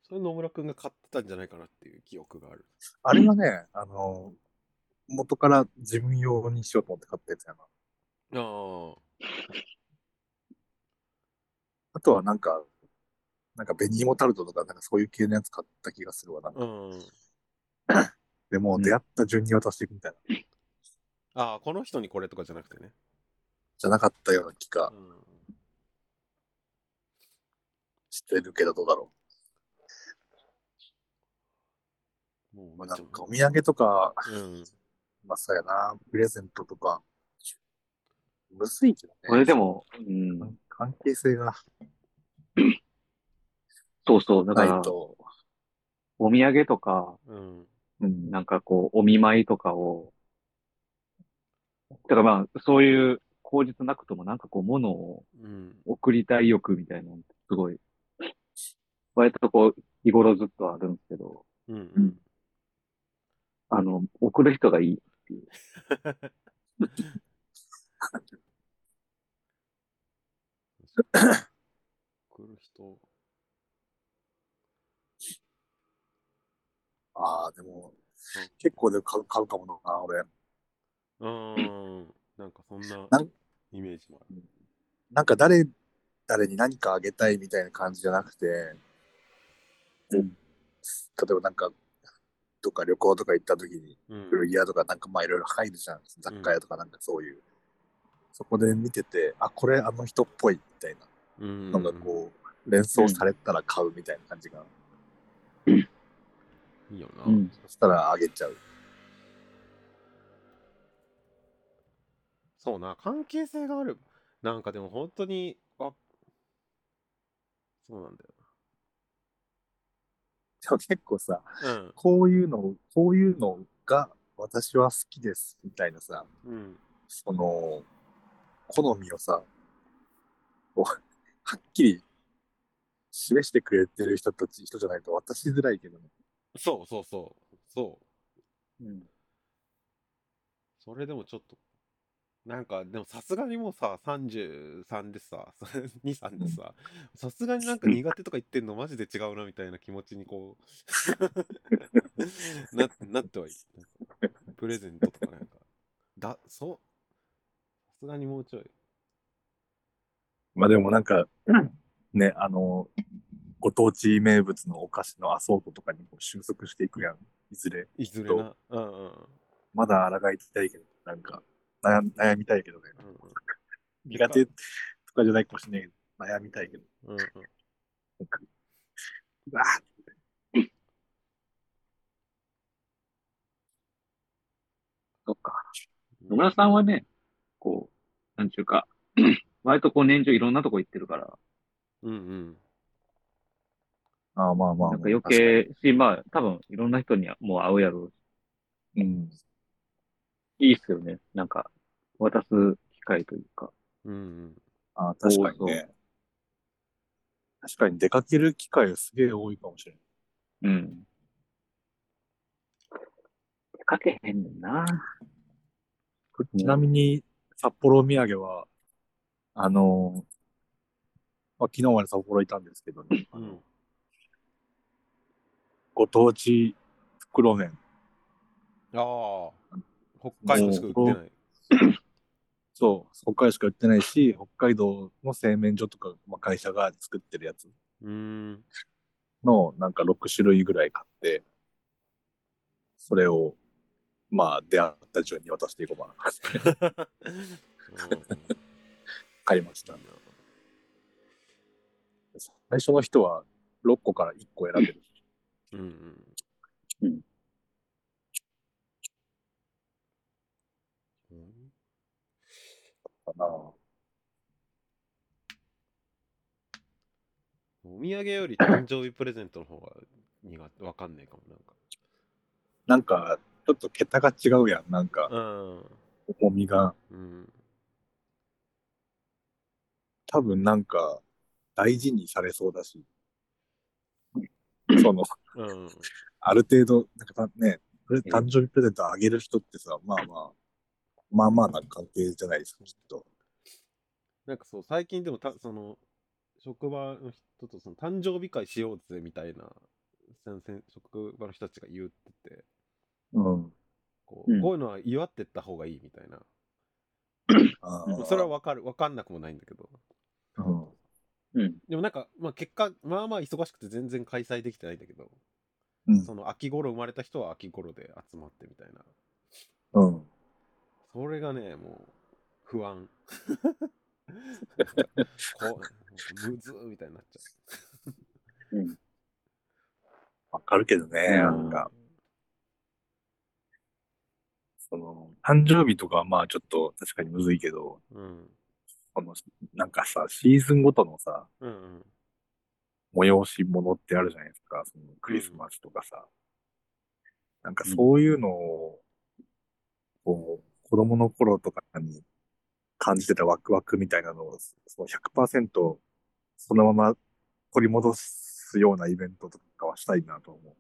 [SPEAKER 2] それ野村くんが買ってたんじゃないかなっていう記憶がある。
[SPEAKER 3] あれはね、あの、元から自分用にしようと思って買ったやつやな。
[SPEAKER 2] あ
[SPEAKER 3] あとはなんか、なんか紅芋タルトとか、なんかそういう系のやつ買った気がするわ。なんか
[SPEAKER 2] あ、うん。
[SPEAKER 3] でも
[SPEAKER 1] うん
[SPEAKER 3] 出会った順に渡していくみたいな。
[SPEAKER 2] ああ、この人にこれとかじゃなくてね。
[SPEAKER 3] じゃなかったような気が
[SPEAKER 2] う
[SPEAKER 3] してるけど、どうだろ
[SPEAKER 2] ん。もう
[SPEAKER 3] う。
[SPEAKER 2] め
[SPEAKER 3] ま
[SPEAKER 2] っ
[SPEAKER 3] あ、
[SPEAKER 2] ちゃ
[SPEAKER 3] なんかお土産とか、
[SPEAKER 2] うん。
[SPEAKER 3] まあそうやな、プレゼントとか、むずいけどね。
[SPEAKER 1] これでも、うん、
[SPEAKER 3] 関係性が
[SPEAKER 1] そうそう、だか
[SPEAKER 3] ない
[SPEAKER 1] ら、
[SPEAKER 3] と、
[SPEAKER 1] お土産とか、
[SPEAKER 2] うん。
[SPEAKER 3] うん
[SPEAKER 1] なんかこう、お見舞いとかを、だからまあ、そういう口実なくとも、なんかこう、ものを
[SPEAKER 2] うん。
[SPEAKER 1] 送りたい欲みたいなのってすごい、割とこう、日頃ずっとあるんですけど、
[SPEAKER 2] うん。う
[SPEAKER 3] うんん。
[SPEAKER 1] あの、送る人がいい。
[SPEAKER 2] 来る人。
[SPEAKER 3] ああ、でも、結構で買う買うかもな、俺。
[SPEAKER 2] うん。なんかそんな
[SPEAKER 3] なん
[SPEAKER 2] イメージもある。
[SPEAKER 3] なんか誰、誰に何かあげたいみたいな感じじゃなくて、
[SPEAKER 1] うん
[SPEAKER 3] 例えばなんか、どっか旅行とか行った時に、
[SPEAKER 2] うん。
[SPEAKER 3] 古着屋とかなんかまあいろいろ入るじゃん。雑貨屋とかなんかそういう。そこで見てて、あ、これあの人っぽいみたい
[SPEAKER 2] うん。
[SPEAKER 3] なのがこう、連想されたら買うみたいな感じが、
[SPEAKER 2] いいよな。
[SPEAKER 1] うん
[SPEAKER 3] そしたらあげちゃう。
[SPEAKER 2] そうな、関係性がある。なんかでも本当に、あそうなんだ
[SPEAKER 3] でも結構さ、
[SPEAKER 2] よな。
[SPEAKER 3] こういうの、こういうのが私は好きですみたいなさ、
[SPEAKER 2] うん。うん。
[SPEAKER 3] その、 好みをさ、こうはっきり示してくれてる人たち、人じゃないと渡しづらいけどね。
[SPEAKER 2] そうそうそう。そう。
[SPEAKER 1] うん。
[SPEAKER 2] それでもちょっと、なんか、でもさすがにもうさ、33でさ、2、3でさ、さすがになんか苦手とか言ってんのマジで違うなみたいな気持ちにこう、 ななってはいる。プレゼントとかなんか、だ、そう、さすがにもうちょい。
[SPEAKER 3] まあでもなんか、ね、あの、ご当地名物のお菓子のアソートとかにも収束していくやん。いずれ。
[SPEAKER 2] いずれな。うんうんうん。
[SPEAKER 3] まだ抗いたいけど、なんか、悩悩みたいけどね。
[SPEAKER 2] うんうん
[SPEAKER 3] 苦手とかじゃないかもしれないけど、悩みたいけど。
[SPEAKER 2] うんうん、
[SPEAKER 3] なんかうわー
[SPEAKER 1] そっか。野村さんはね、こう、なんちゅうか、 割とこう年中いろんなとこ行ってるから、
[SPEAKER 2] うんうん。
[SPEAKER 3] ああ、まあまあ。
[SPEAKER 1] なんか余。計し、まあ多分いろんな人にはもう会うやろう
[SPEAKER 3] うん。
[SPEAKER 1] し、いいっすよね。なんか、渡す機会というか。
[SPEAKER 2] うんうん。
[SPEAKER 3] ああ、確かにね。確かに出かける機会がすげえ多いかもしれない。
[SPEAKER 1] うん。出かけへんねんな。
[SPEAKER 3] ちなみに、札幌お土産は、あのーまあ、昨日まで札幌いたんですけどね、
[SPEAKER 2] うんうん
[SPEAKER 3] ご当地袋麺、
[SPEAKER 2] ああ、北海道しか売ってない。
[SPEAKER 3] そう、北海道しか売ってないし、北海道の製麺所とか、まあ、会社が作ってるやつ
[SPEAKER 2] うーん。
[SPEAKER 3] の、なんか6種類ぐらい買って、それを、まあ、出会った順に渡していこうかな。買いました。最初の人は6個から1個選べる。
[SPEAKER 2] うんうん。
[SPEAKER 1] うん
[SPEAKER 2] うん。
[SPEAKER 3] かな。
[SPEAKER 2] お土産より誕生日プレゼントの方が苦手、わかんないかも、なんか。
[SPEAKER 3] なんか、ちょっと桁が違うやん。なんか、重みが。
[SPEAKER 2] うん。うん。
[SPEAKER 3] 多分なんか大事にされそうだし、その、
[SPEAKER 2] うん。
[SPEAKER 3] ある程度、なんかたね、これ
[SPEAKER 1] うん
[SPEAKER 3] 誕生日プレゼントあげる人ってさ、まあまあ、まあまあな関係じゃないですか、きっと。
[SPEAKER 2] なんかそう、最近でもた、その、職場の人とその誕生日会しようぜみたいな、先生職場の人たちが言ってて、
[SPEAKER 3] うん。
[SPEAKER 2] こう,、
[SPEAKER 1] うん
[SPEAKER 2] こういうのは祝ってった方がいいみたいな。
[SPEAKER 3] あー
[SPEAKER 2] それは、わかる、わかんなくもないんだけど。
[SPEAKER 3] うん、
[SPEAKER 1] うん。
[SPEAKER 2] でもなんか、まあ、結果、まあまあ忙しくて全然開催できてないんだけど、
[SPEAKER 3] うん
[SPEAKER 2] その秋頃生まれた人は秋頃で集まってみたいな。
[SPEAKER 3] うん。
[SPEAKER 2] それがね、もう、不 安。こう、むずーみたいになっち
[SPEAKER 3] わかるけどね、
[SPEAKER 1] うん
[SPEAKER 3] なん
[SPEAKER 2] ゃ
[SPEAKER 3] か
[SPEAKER 2] う、。
[SPEAKER 3] その、誕生日とかはまあちょっと確かにむずいけど、
[SPEAKER 2] うん。
[SPEAKER 3] この、なんかさ、シーズンごとのさ、
[SPEAKER 2] うんうん。
[SPEAKER 3] 催し物ってあるじゃないですか、そのクリスマスとかさ。なんかそういうのを、こう、子供の頃とかに感じてたワクワクみたいなのを、その100%そのまま取り戻すようなイベントとかはしたいなと思う。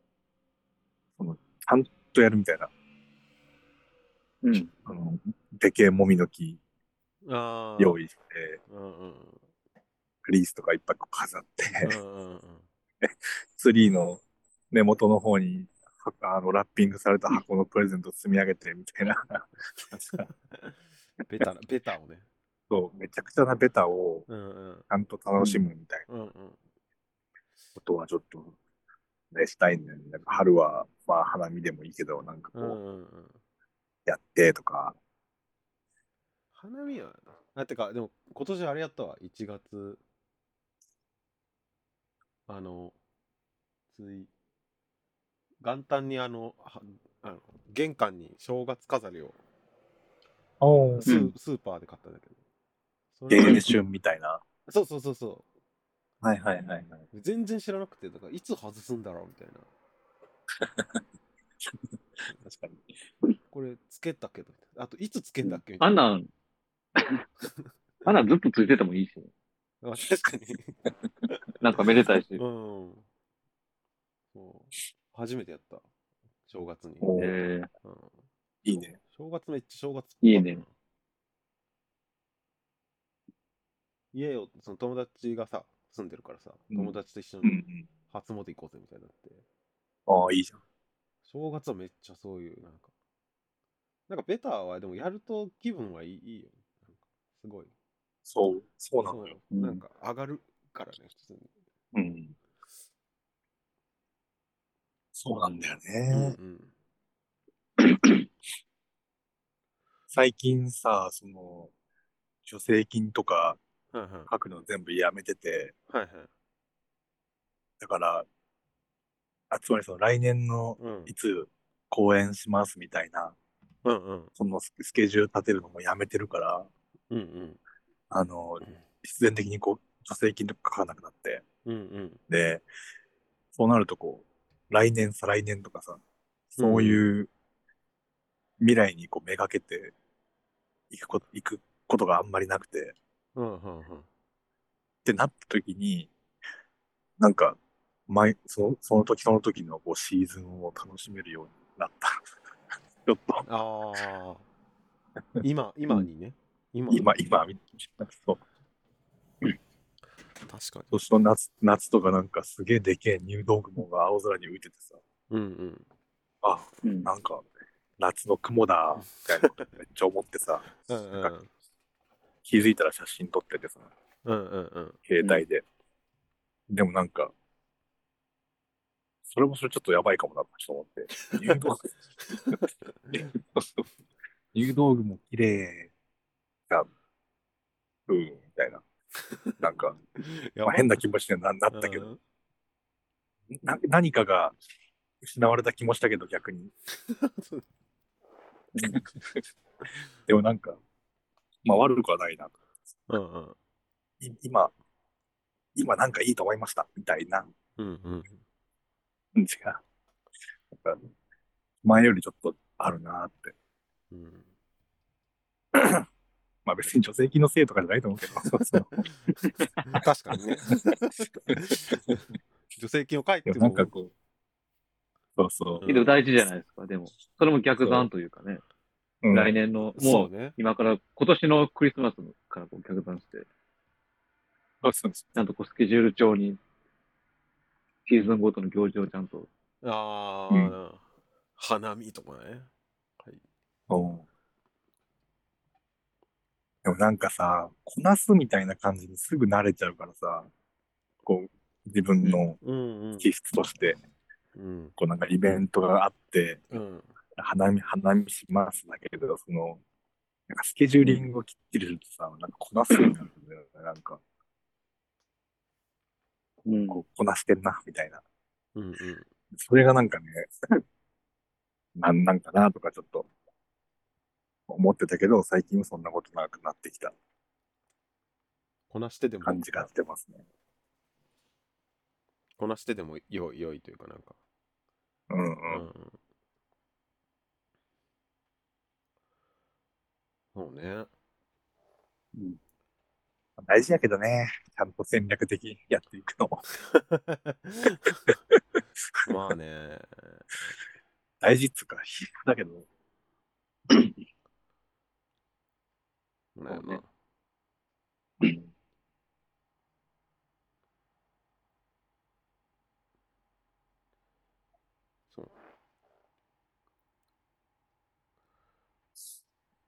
[SPEAKER 3] その、ちゃんとやるみたいな。
[SPEAKER 1] うん。
[SPEAKER 3] あの、でけえもみの木
[SPEAKER 2] ああ。
[SPEAKER 3] 用
[SPEAKER 2] 意。
[SPEAKER 3] 意して、
[SPEAKER 2] うんうんうん。
[SPEAKER 3] フリースとかいっぱいこう飾って、
[SPEAKER 2] うんうんうん。
[SPEAKER 3] ツリーの根元の方に、はあの、ラッピングされた箱のプレゼント積み上げて、みたいな。
[SPEAKER 2] ベタな、ベタをね。
[SPEAKER 3] そう、めちゃくちゃなベタを、
[SPEAKER 2] うんうん。
[SPEAKER 3] ちゃんと楽しむみたいな
[SPEAKER 2] うんうん。
[SPEAKER 3] ことはちょっと、ね、したいんだよね。なんか春は、まあ、花見でもいいけど、なんかこ
[SPEAKER 2] う
[SPEAKER 3] う、
[SPEAKER 2] んうんうん。
[SPEAKER 3] やってとか、
[SPEAKER 2] 花見はあてかでも今年あれやったわ1月あのつい元旦にあのはあの玄関に正月飾りをス,、
[SPEAKER 1] うん
[SPEAKER 2] スーパーで買ったんだけどそ
[SPEAKER 3] ゲ
[SPEAKER 2] れ
[SPEAKER 3] ーシュンみたいな。
[SPEAKER 2] そうそうそうそ
[SPEAKER 3] はいはいはいはい。
[SPEAKER 2] う全然知らなくてだからいつ外すんだろうみたいな
[SPEAKER 3] 確かに。
[SPEAKER 2] これつけたけどあといつつけんだっけみた
[SPEAKER 1] あ
[SPEAKER 2] い
[SPEAKER 1] ん
[SPEAKER 2] な
[SPEAKER 1] なん、あんなんずっとついててもいいし。
[SPEAKER 2] あ確かに。
[SPEAKER 1] なんかめでたいし。
[SPEAKER 2] うん。そう。初めてやった。正月に。
[SPEAKER 3] お
[SPEAKER 1] え
[SPEAKER 3] う
[SPEAKER 1] ー、
[SPEAKER 2] うん
[SPEAKER 3] いいね。
[SPEAKER 2] 正月めっちゃ正月っぽ
[SPEAKER 1] いいね。
[SPEAKER 2] 家を、その友達がさ、住んでるからさ、
[SPEAKER 3] うん
[SPEAKER 2] 友達と一緒
[SPEAKER 3] うんう
[SPEAKER 2] に
[SPEAKER 3] ん。
[SPEAKER 2] 初詣行こうぜみたいになって、
[SPEAKER 3] ああ、いいじゃん。
[SPEAKER 2] 正月はめっちゃそういう、なんか、なんかベターはでもやると気分はいいいいよね。なんかすごい。
[SPEAKER 3] そう、そうなのよ。
[SPEAKER 2] そうなんか上がるからね、普通に。
[SPEAKER 1] うん。
[SPEAKER 3] そうなんだ
[SPEAKER 2] う
[SPEAKER 3] よ
[SPEAKER 2] ん
[SPEAKER 3] ね。
[SPEAKER 2] うん。
[SPEAKER 3] 最近さ、その、助成金とか
[SPEAKER 2] はいはい。
[SPEAKER 3] 書くの全部やめてて、
[SPEAKER 2] はいはい。
[SPEAKER 3] だから、あつまりその来年の
[SPEAKER 2] うん
[SPEAKER 3] いつ公演しますみたいな、
[SPEAKER 2] うんうん。
[SPEAKER 3] そのススケジュール立てるのもやめてるから、
[SPEAKER 2] うんうん。
[SPEAKER 3] あの、必然的にこう、助成金とか書かなくなって、
[SPEAKER 2] うんうん。
[SPEAKER 3] で、そうなるとこう、来年、再来年とかさ、そういう未来にこうめがけて行くこと、行くことがあんまりなくて、
[SPEAKER 2] うんうんうん。
[SPEAKER 3] ってなった時に、なんか、毎、その、その時その時のこうシーズンを楽しめるようになった。 ちょっと、
[SPEAKER 2] ああ。 今、今にね。今
[SPEAKER 3] 今、今、みそう、
[SPEAKER 2] 確かに。
[SPEAKER 3] 年の夏、夏とかなんかすげえでけえ入道雲が青空に浮いててさ、
[SPEAKER 2] うんうん。
[SPEAKER 3] あ、
[SPEAKER 1] うん
[SPEAKER 3] なんか、夏の雲だ、みたいなことめっちゃ思ってさ、
[SPEAKER 2] うんう
[SPEAKER 3] なん
[SPEAKER 2] ん。
[SPEAKER 3] 気づいたら写真撮っててさ、
[SPEAKER 2] うんうんうん。
[SPEAKER 3] 携帯で。でもなんか、それもそれちょっとやばいかもなってちょっと思って。入道具 入道具も綺麗だ。うん、みたいな。なんか、
[SPEAKER 2] や
[SPEAKER 3] まあ、変な気持ちにはななったけど、
[SPEAKER 2] ど。
[SPEAKER 3] な、何かが失われた気もしたけど、逆に。
[SPEAKER 2] そう
[SPEAKER 3] でもなんか、まあ悪くはないな。
[SPEAKER 2] うんうん。
[SPEAKER 3] い今、今なんかいいと思いました、みたいな。
[SPEAKER 2] うんうん。
[SPEAKER 3] 違う。なんか前よりちょっとあるなーって。
[SPEAKER 2] うん。
[SPEAKER 3] まあ別に助成金のせいとかじゃないと思うけど。その
[SPEAKER 2] 確かに ね。助成金を書いて
[SPEAKER 3] で
[SPEAKER 2] も
[SPEAKER 3] もなんかこう。そうそ
[SPEAKER 2] うん
[SPEAKER 3] う。
[SPEAKER 1] けど大事じゃないですか、でも。それも逆算というかね。
[SPEAKER 3] うん
[SPEAKER 1] 来年の、
[SPEAKER 2] そ
[SPEAKER 1] も
[SPEAKER 2] う
[SPEAKER 1] う
[SPEAKER 2] ね。
[SPEAKER 1] 今から、今年のクリスマスからこう逆算して、
[SPEAKER 3] そうそうそ
[SPEAKER 1] ちゃんとこうスケジュール帳に、シーズンごとの行事をちゃんと、
[SPEAKER 2] ああ。花見とかね。はい。
[SPEAKER 3] ううんでもなんかさ、こなすみたいな感じにすぐ慣れちゃうからさ、こう、自分の
[SPEAKER 2] うんうん。
[SPEAKER 3] 気質として、
[SPEAKER 2] うん
[SPEAKER 3] こうなんかイベントがあって、
[SPEAKER 2] うん。
[SPEAKER 3] 花見、花見しますだけど、その、なんかスケジューリングをきっちりするとさ、なんかこなすようになるんだよね、なんか。
[SPEAKER 1] うん
[SPEAKER 3] こうこなしてんな、みたいな。
[SPEAKER 2] うんうん。
[SPEAKER 3] それがなんか ね、なんなんかなとかちょっと思ってたけど、最近そんなことなくなってきた
[SPEAKER 2] こなしてでも
[SPEAKER 3] 感じがしてますね。
[SPEAKER 2] こなしてでも良い良いというかなんか、
[SPEAKER 3] うんう
[SPEAKER 2] うん
[SPEAKER 3] ん。
[SPEAKER 2] そうね
[SPEAKER 3] 大事やけどね、ちゃんと戦略的にやっていくのも。
[SPEAKER 2] まあね
[SPEAKER 3] 大事っつうか、必須だけど、
[SPEAKER 2] ね
[SPEAKER 1] そうね
[SPEAKER 3] うん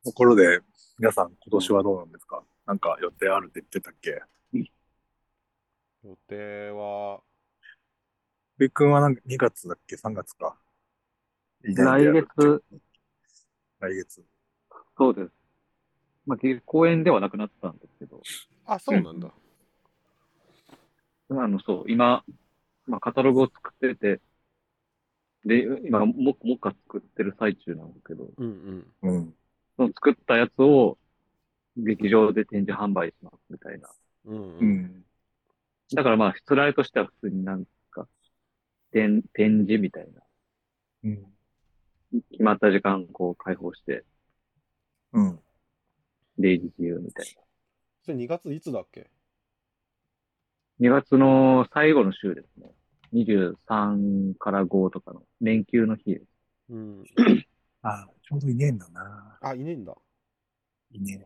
[SPEAKER 3] ところで、皆さん今年はどうなんですか、なんか予定あるって言ってたっけ
[SPEAKER 2] 予定は
[SPEAKER 3] 福井くんはなんか2月だっけ ?3 月か。
[SPEAKER 1] 来月、
[SPEAKER 3] 来月。
[SPEAKER 1] そうです。まあ、結局公演ではなくなったんですけど、
[SPEAKER 2] あそうなんだ、
[SPEAKER 1] あの、そう、今、まあ、カタログを作ってて、で、今、も、もっか作ってる最中なんですけど、
[SPEAKER 2] うん、うん
[SPEAKER 3] うん。
[SPEAKER 1] その作ったやつを劇場で展示販売しますみたいな。
[SPEAKER 2] うん
[SPEAKER 3] う
[SPEAKER 2] うん
[SPEAKER 3] ん。
[SPEAKER 1] だからまあ、しつらいとしては普通になんか、展、展示みたいな。
[SPEAKER 3] うん。
[SPEAKER 1] 決まった時間、こう、開放して、
[SPEAKER 3] うん。
[SPEAKER 1] 出入り自由みたい
[SPEAKER 2] それ2月いつだっけ
[SPEAKER 1] 2月の最後の週ですね。23から5とかの連休の日です。
[SPEAKER 2] うん。
[SPEAKER 3] あ、ちょうどいねえんだな。
[SPEAKER 2] あ、いねえんだ。
[SPEAKER 3] いね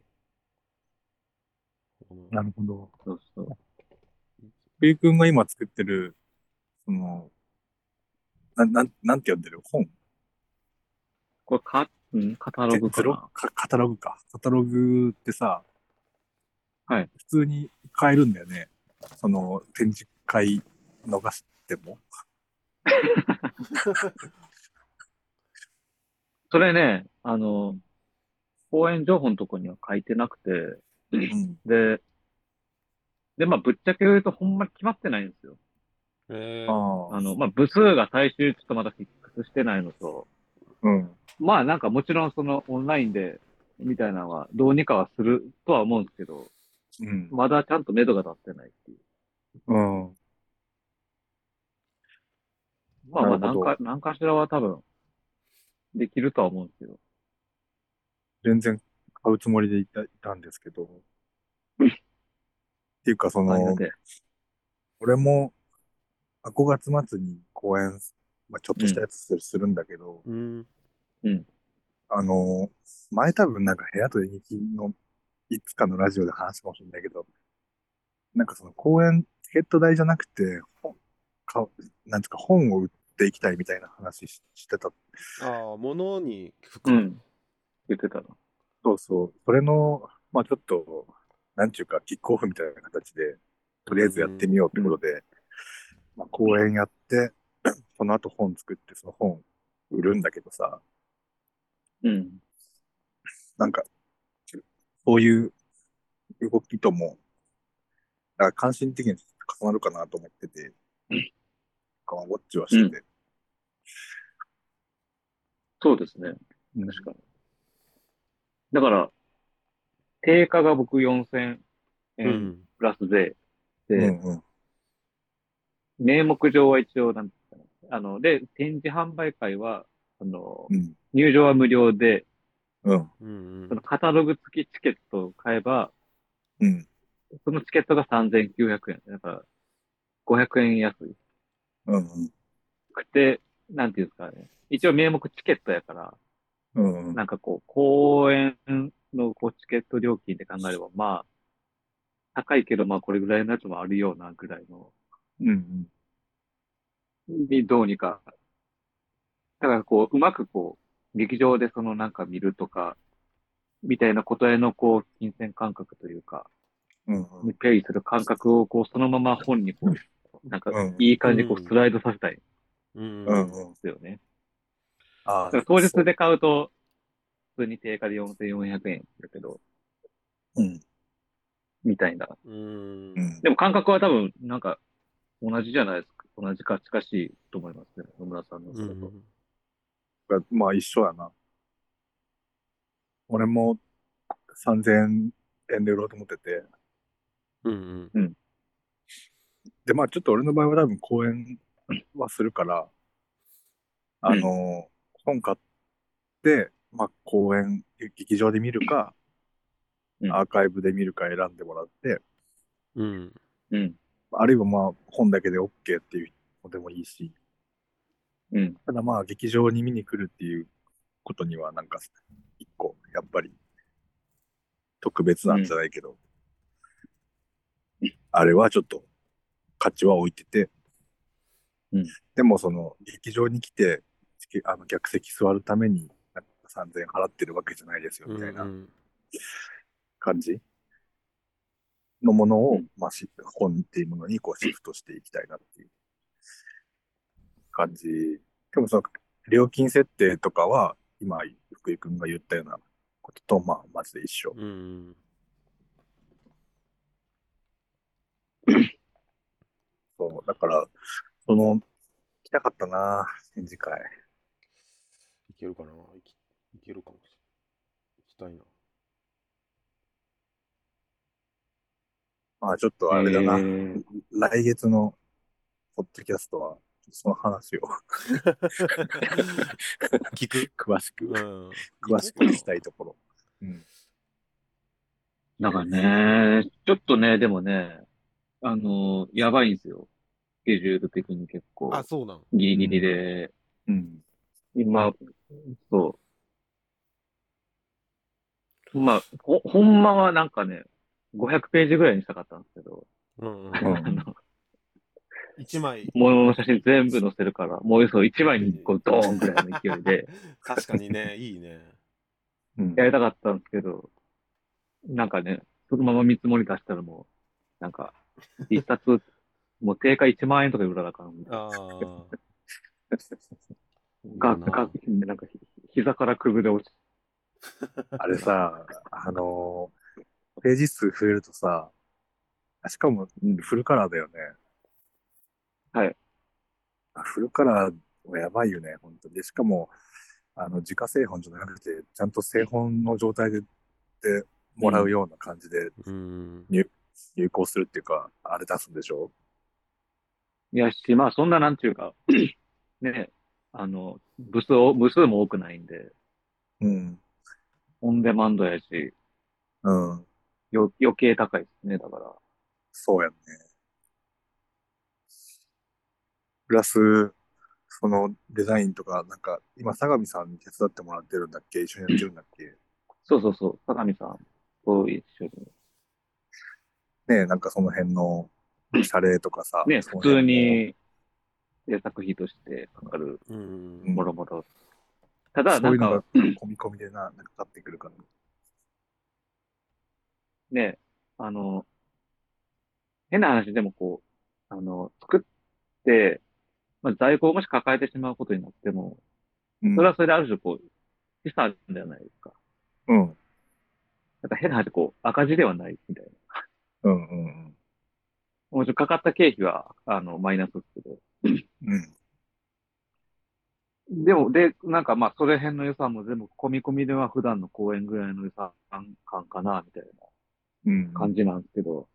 [SPEAKER 2] この
[SPEAKER 3] え。なるほど。
[SPEAKER 1] そうそう。
[SPEAKER 3] 福井くんが今作ってる、その、な、なん、なんて呼んでる本
[SPEAKER 1] これか、うんカタログか
[SPEAKER 3] ゼロ
[SPEAKER 1] な。
[SPEAKER 3] カカタログか。カタログってさ、
[SPEAKER 1] はい。
[SPEAKER 3] 普通に買えるんだよね。その、展示会逃しても。
[SPEAKER 1] それね、あの、公演情報のとこには書いてなくて、
[SPEAKER 3] うん。
[SPEAKER 1] で、で、まあ、ぶっちゃけ言うと、ほんまに決まってないんですよ。
[SPEAKER 2] えー、
[SPEAKER 3] あ
[SPEAKER 1] あの、、まあ、部数が最終、ちょっとまだフィックスしてないのと、
[SPEAKER 3] うん。
[SPEAKER 1] まあ、なんかもちろん、その、オンラインで、みたいなのは、どうにかはするとは思うんですけど、
[SPEAKER 3] うん。
[SPEAKER 1] まだちゃんと目処が立ってないっていう。
[SPEAKER 3] うん。
[SPEAKER 1] まあまあ、
[SPEAKER 3] なる
[SPEAKER 1] なん
[SPEAKER 3] ほど
[SPEAKER 1] か、なんかしらは多分、できるとは思うんですけど。
[SPEAKER 3] 全然買うつもりでいたいたんですけど。っていうか、そ
[SPEAKER 1] ありが
[SPEAKER 3] の、
[SPEAKER 1] てえ
[SPEAKER 3] 俺も、あ5月末に公演、まあ、ちょっとしたやつするするんだけど、
[SPEAKER 2] うん。
[SPEAKER 3] あの、前多分なんか部屋と演劇のいつかのラジオで話したかもしれないけど、なんかその公演、チケット代じゃなくて、本かなんつうか本を売っていきたいみたいな話ししてた。
[SPEAKER 2] ああ、物に服。
[SPEAKER 1] うん。言ってたの。
[SPEAKER 3] そうそう。それの、まあちょっと、なんちゅうか、キックオフみたいな形で、とりあえずやってみようってことで、まあ公演やって、 その後本作って、その本売るんだけどさ、
[SPEAKER 1] うん。
[SPEAKER 3] なんか、そういう動きとも、なんか関心的に重なるかなと思ってて、なんかウォッチはしてて。
[SPEAKER 1] そうですね。
[SPEAKER 3] うん
[SPEAKER 1] 確かに。だから、定価が僕4000
[SPEAKER 2] う
[SPEAKER 1] 円
[SPEAKER 2] ん。
[SPEAKER 1] プラス税で、
[SPEAKER 3] うんうん。
[SPEAKER 1] 名目上は一応なんていうかなあの、で、展示販売会は、あの、
[SPEAKER 3] うん。
[SPEAKER 1] 入場は無料で、
[SPEAKER 3] うん。
[SPEAKER 2] うん。
[SPEAKER 1] そのカタログ付きチケットを買えば、
[SPEAKER 3] うん。
[SPEAKER 1] そのチケットが3900円。だから、500円安
[SPEAKER 3] うん。
[SPEAKER 1] くて、なんていうんですかね。一応名目チケットやから、
[SPEAKER 3] うん。うん。
[SPEAKER 1] なんかこう、公演のこうチケット料金で考えれば、まあ、高いけど、まあこれぐらいのやつもあるようなぐらいの、
[SPEAKER 3] うん。
[SPEAKER 1] にどうにか。だからこう、うまくこう、劇場でそのなんか見るとか、みたいなことへのこう、金銭感覚というか、
[SPEAKER 3] うん。
[SPEAKER 1] ペイする感覚をこう、そのまま本にこう、なんか
[SPEAKER 3] うん
[SPEAKER 1] いい感じにこ
[SPEAKER 2] うん
[SPEAKER 1] う、スライドさせたいんで
[SPEAKER 2] うん。
[SPEAKER 3] う
[SPEAKER 2] うん。
[SPEAKER 3] ん。
[SPEAKER 1] すよね。だ
[SPEAKER 3] ああ
[SPEAKER 1] から当日で買うと、普通に定価で4400円だけど、
[SPEAKER 3] うん。
[SPEAKER 1] みたいな。
[SPEAKER 2] うん
[SPEAKER 3] う。ん。
[SPEAKER 1] でも感覚は多分、なんか、同じじゃないですか。同じか近しいと思いますね。野村さんのそれと。
[SPEAKER 2] うん
[SPEAKER 3] まあ一緒やな。俺も3000円で売ろうと思ってて。
[SPEAKER 2] うん。
[SPEAKER 3] で、まあちょっと俺の場合は多分公演はするから、あの、本買って、まあ公演、劇場で見るか、
[SPEAKER 1] うん
[SPEAKER 3] アーカイブで見るか選んでもらって、
[SPEAKER 2] うん。
[SPEAKER 1] うん。
[SPEAKER 3] あるいはまあ本だけで OK っていうのでもいいし、
[SPEAKER 1] うん。
[SPEAKER 3] ただまあ劇場に見に来るっていうことにはなんか一個、やっぱり特別なんじゃないけど、あれはちょっと価値は置いてて、
[SPEAKER 1] うん
[SPEAKER 3] でもその劇場に来てチケあの客席座るためになんか3000円払ってるわけじゃないですよみたいな
[SPEAKER 2] うん
[SPEAKER 3] 感じのもの
[SPEAKER 1] う
[SPEAKER 3] を、
[SPEAKER 1] ん
[SPEAKER 3] まあ、し本っていうものにこうシフトしていきたいなっていう感じ。でもその料金設定とかは今福井君が言ったようなこととまあマジで一緒。
[SPEAKER 2] うん。
[SPEAKER 3] そうだからその行きたかったな展示会。
[SPEAKER 2] いけるかな。いきいけるかもしれない。行きたいな。
[SPEAKER 3] まあちょっとあれだな。
[SPEAKER 1] えー
[SPEAKER 3] 来月のポッドキャストはその話を
[SPEAKER 2] 聞く
[SPEAKER 3] 詳しく、
[SPEAKER 2] うん。
[SPEAKER 3] 詳しく聞きたいところ。
[SPEAKER 1] なんかね、ちょっとね、でもね、あの、やばいんですよ。スケジュール的に結構、
[SPEAKER 2] あ、そうなん。
[SPEAKER 1] ギリギリで、
[SPEAKER 3] うん。
[SPEAKER 1] 今、そう。まあ、ほ、ほんまはなんかね、500ページぐらいにしたかったんですけど、
[SPEAKER 2] うんうん。
[SPEAKER 3] う ん
[SPEAKER 1] あの、
[SPEAKER 2] 一枚、
[SPEAKER 1] 物の写真全部載せるから、もうそう、1枚に1個ドーンぐらいの勢いで、
[SPEAKER 2] 確かにね、 いいね。
[SPEAKER 3] うん
[SPEAKER 1] やりたかったんですけど、なんかね、そのまま見積もり出したらもう、なんか、一冊、 もう定価1万円とか言うらだから、
[SPEAKER 2] ああ。
[SPEAKER 1] ガッガッ、なんかひ膝からくぐで落ち
[SPEAKER 3] あれさ、あのーページ数増えるとさ、しかもうんフルカラーだよね。
[SPEAKER 1] はい
[SPEAKER 3] あ。フルカラーはやばいよね、本当に。でしかも、あの、自家製本じゃなくて、ちゃんと製本の状態で、でもらうような感じで
[SPEAKER 2] うん。
[SPEAKER 3] 入稿するっていうか、あれ出すんでしょ
[SPEAKER 1] いやし、まあそんななんていうか、ね、あの、部数を、部数も多くないんで、
[SPEAKER 3] うん。
[SPEAKER 1] オンデマンドやし、
[SPEAKER 3] うん。
[SPEAKER 1] よ余計高いですね、だから。
[SPEAKER 3] そうやんね。プラス、そのデザインとか、なんか、今、相模さんに手伝ってもらってるんだっけ一緒にやってるんだっけ
[SPEAKER 1] そうそうそう、高見さんと一緒に。
[SPEAKER 3] ねえ、なんかその辺の謝礼とかさ。
[SPEAKER 1] ね、
[SPEAKER 3] その
[SPEAKER 1] 普通
[SPEAKER 3] 辺の。
[SPEAKER 1] に制作費としてかかる、
[SPEAKER 2] うん。
[SPEAKER 1] もろもろ。ただ、
[SPEAKER 3] そ
[SPEAKER 1] な
[SPEAKER 3] うんいうのが
[SPEAKER 1] か、
[SPEAKER 3] 込み込みでな、なんかかかってくるから。
[SPEAKER 1] ね、あの、変な話でもこう、あの、作って、まあ、在庫をもし抱えてしまうことになっても、
[SPEAKER 3] うん
[SPEAKER 1] それはそれである種こう、資産ではないですか。
[SPEAKER 3] うん。
[SPEAKER 1] なんか変な話、こう、赤字ではないみたいな。
[SPEAKER 3] うんうん
[SPEAKER 1] もちろんかかった経費は、あの、マイナスですけど。
[SPEAKER 3] うん。うん。
[SPEAKER 1] でも、で、なんかまあ、それ辺の予算も全部、込み込みでは普段の公演ぐらいの予算感かな、みたい
[SPEAKER 3] うん。
[SPEAKER 1] な感じなんですけど、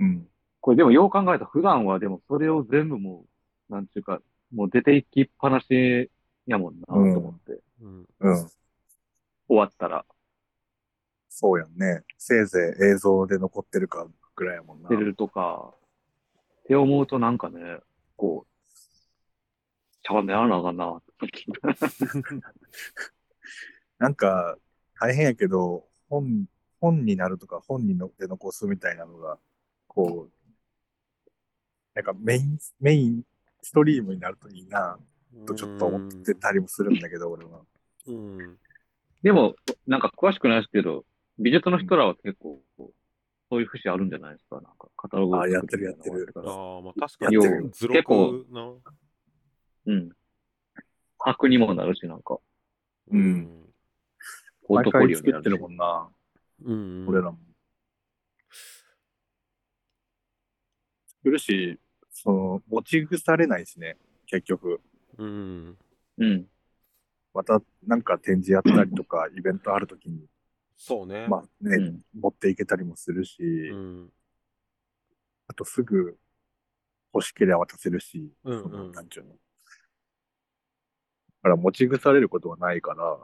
[SPEAKER 3] うん。
[SPEAKER 1] これでもよう考えたら普段はでもそれを全部もう、なんちゅうか、もう出ていきっぱなしやもんな、と思って、
[SPEAKER 2] うん。
[SPEAKER 3] うん。
[SPEAKER 1] 終わったら、
[SPEAKER 3] そうやんね。せいぜい映像で残ってるかぐらいやもんな。
[SPEAKER 1] てるとか、って思うとなんかね、こう、ちゃんとやらなあかんな、
[SPEAKER 3] なんか、大変やけど、本、本になるとか、本にので残すみたいなのが、こう、なんかメイン、メインストリームになるといいな、とちょっと思ってたりもするんだけど、俺は。
[SPEAKER 2] うん。
[SPEAKER 1] でも、なんか詳しくないですけど、美術の人らは結構、そういう節あるんじゃないですか、なんか、カタログを
[SPEAKER 3] あやっ
[SPEAKER 1] 作
[SPEAKER 3] てる
[SPEAKER 1] みたいなのがあから
[SPEAKER 2] ああ、まあ確かに
[SPEAKER 3] やってる、
[SPEAKER 2] 図録な。
[SPEAKER 1] うん。白にもなるし、なんか、
[SPEAKER 3] うん
[SPEAKER 2] うん。
[SPEAKER 1] ポー
[SPEAKER 3] 毎
[SPEAKER 1] トフォ
[SPEAKER 3] 回
[SPEAKER 1] リオに
[SPEAKER 3] 作
[SPEAKER 1] な
[SPEAKER 3] ってる
[SPEAKER 1] る
[SPEAKER 3] も
[SPEAKER 1] し。
[SPEAKER 3] んな、
[SPEAKER 2] うん。
[SPEAKER 3] 俺らも。作るし、その、持ち腐れないしね、結局。
[SPEAKER 2] うん。
[SPEAKER 1] うん。
[SPEAKER 3] また、なんか展示やったりとか、イベントあるときに、
[SPEAKER 2] そうね。
[SPEAKER 3] まあね、
[SPEAKER 1] うん
[SPEAKER 3] 持っていけたりもするし、
[SPEAKER 2] うん。
[SPEAKER 3] あとすぐ欲しければ渡せるし、
[SPEAKER 2] うん
[SPEAKER 3] その
[SPEAKER 2] うん
[SPEAKER 3] なんちゅうの。だから持ち腐れることはないから、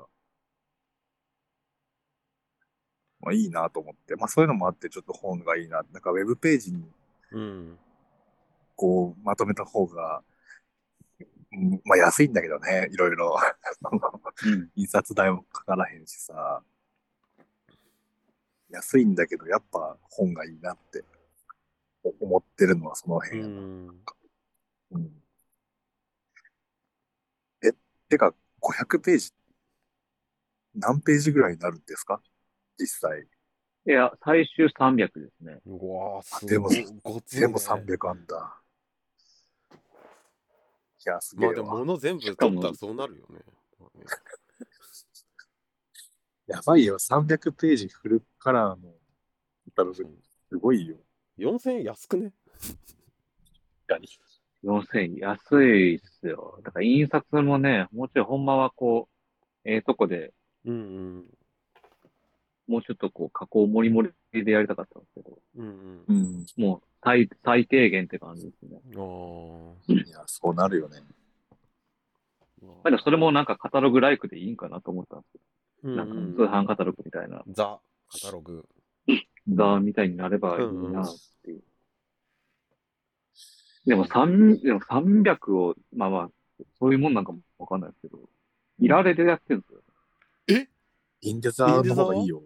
[SPEAKER 3] まあいいなと思って、まあそういうのもあってちょっと本がいいな。なんかウェブページに
[SPEAKER 2] うん。
[SPEAKER 3] こうまとめた方が、うんまあ安いんだけどね、いろいろ。 その
[SPEAKER 1] うん。
[SPEAKER 3] 印刷代もかからへんしさ。安いんだけど、やっぱ本がいいなって思ってるのはその
[SPEAKER 2] う
[SPEAKER 3] 辺やな。
[SPEAKER 2] ん。
[SPEAKER 3] うんえ、てか、500ページ、何ページぐらいになるんですか実際。
[SPEAKER 1] いや、最終300ですね。
[SPEAKER 2] うわあ、す
[SPEAKER 3] でも
[SPEAKER 2] ごい。ごついね
[SPEAKER 3] 全部300あんだ。いや、すげえ
[SPEAKER 2] まあで
[SPEAKER 3] わ。
[SPEAKER 2] も物全部取ったらそうなるよね。まあね
[SPEAKER 3] やばいよ、300ページフルカラーのカタログ、すごいよ。
[SPEAKER 2] 4000円安くね
[SPEAKER 1] 4000円、安いっすよ。だから印刷もね、もうちょいほんまはこう、ええとこで、
[SPEAKER 2] うん
[SPEAKER 1] もうちょっとこう、加工もりもりでやりたかったんですけど、
[SPEAKER 2] うん。うん
[SPEAKER 3] う。
[SPEAKER 2] うん
[SPEAKER 1] もう最、最低限って感じですね。
[SPEAKER 2] ん。あ
[SPEAKER 3] いや、そうなるよね。
[SPEAKER 1] まあでもそれもなんかカタログライクでいいんかなと思ったんですけ
[SPEAKER 2] あ。
[SPEAKER 1] ど、な
[SPEAKER 2] な
[SPEAKER 1] んん
[SPEAKER 2] か
[SPEAKER 1] か
[SPEAKER 2] うん
[SPEAKER 1] 通販カタログみたいな、
[SPEAKER 2] ザ・カタログ。
[SPEAKER 1] ザーみたいになればいいなっていう。でも三、でも300を、まあまあ、そういうもんなんかもわかんないですけど、いられでやってるんですよ。
[SPEAKER 3] インデザーの方がいいよ。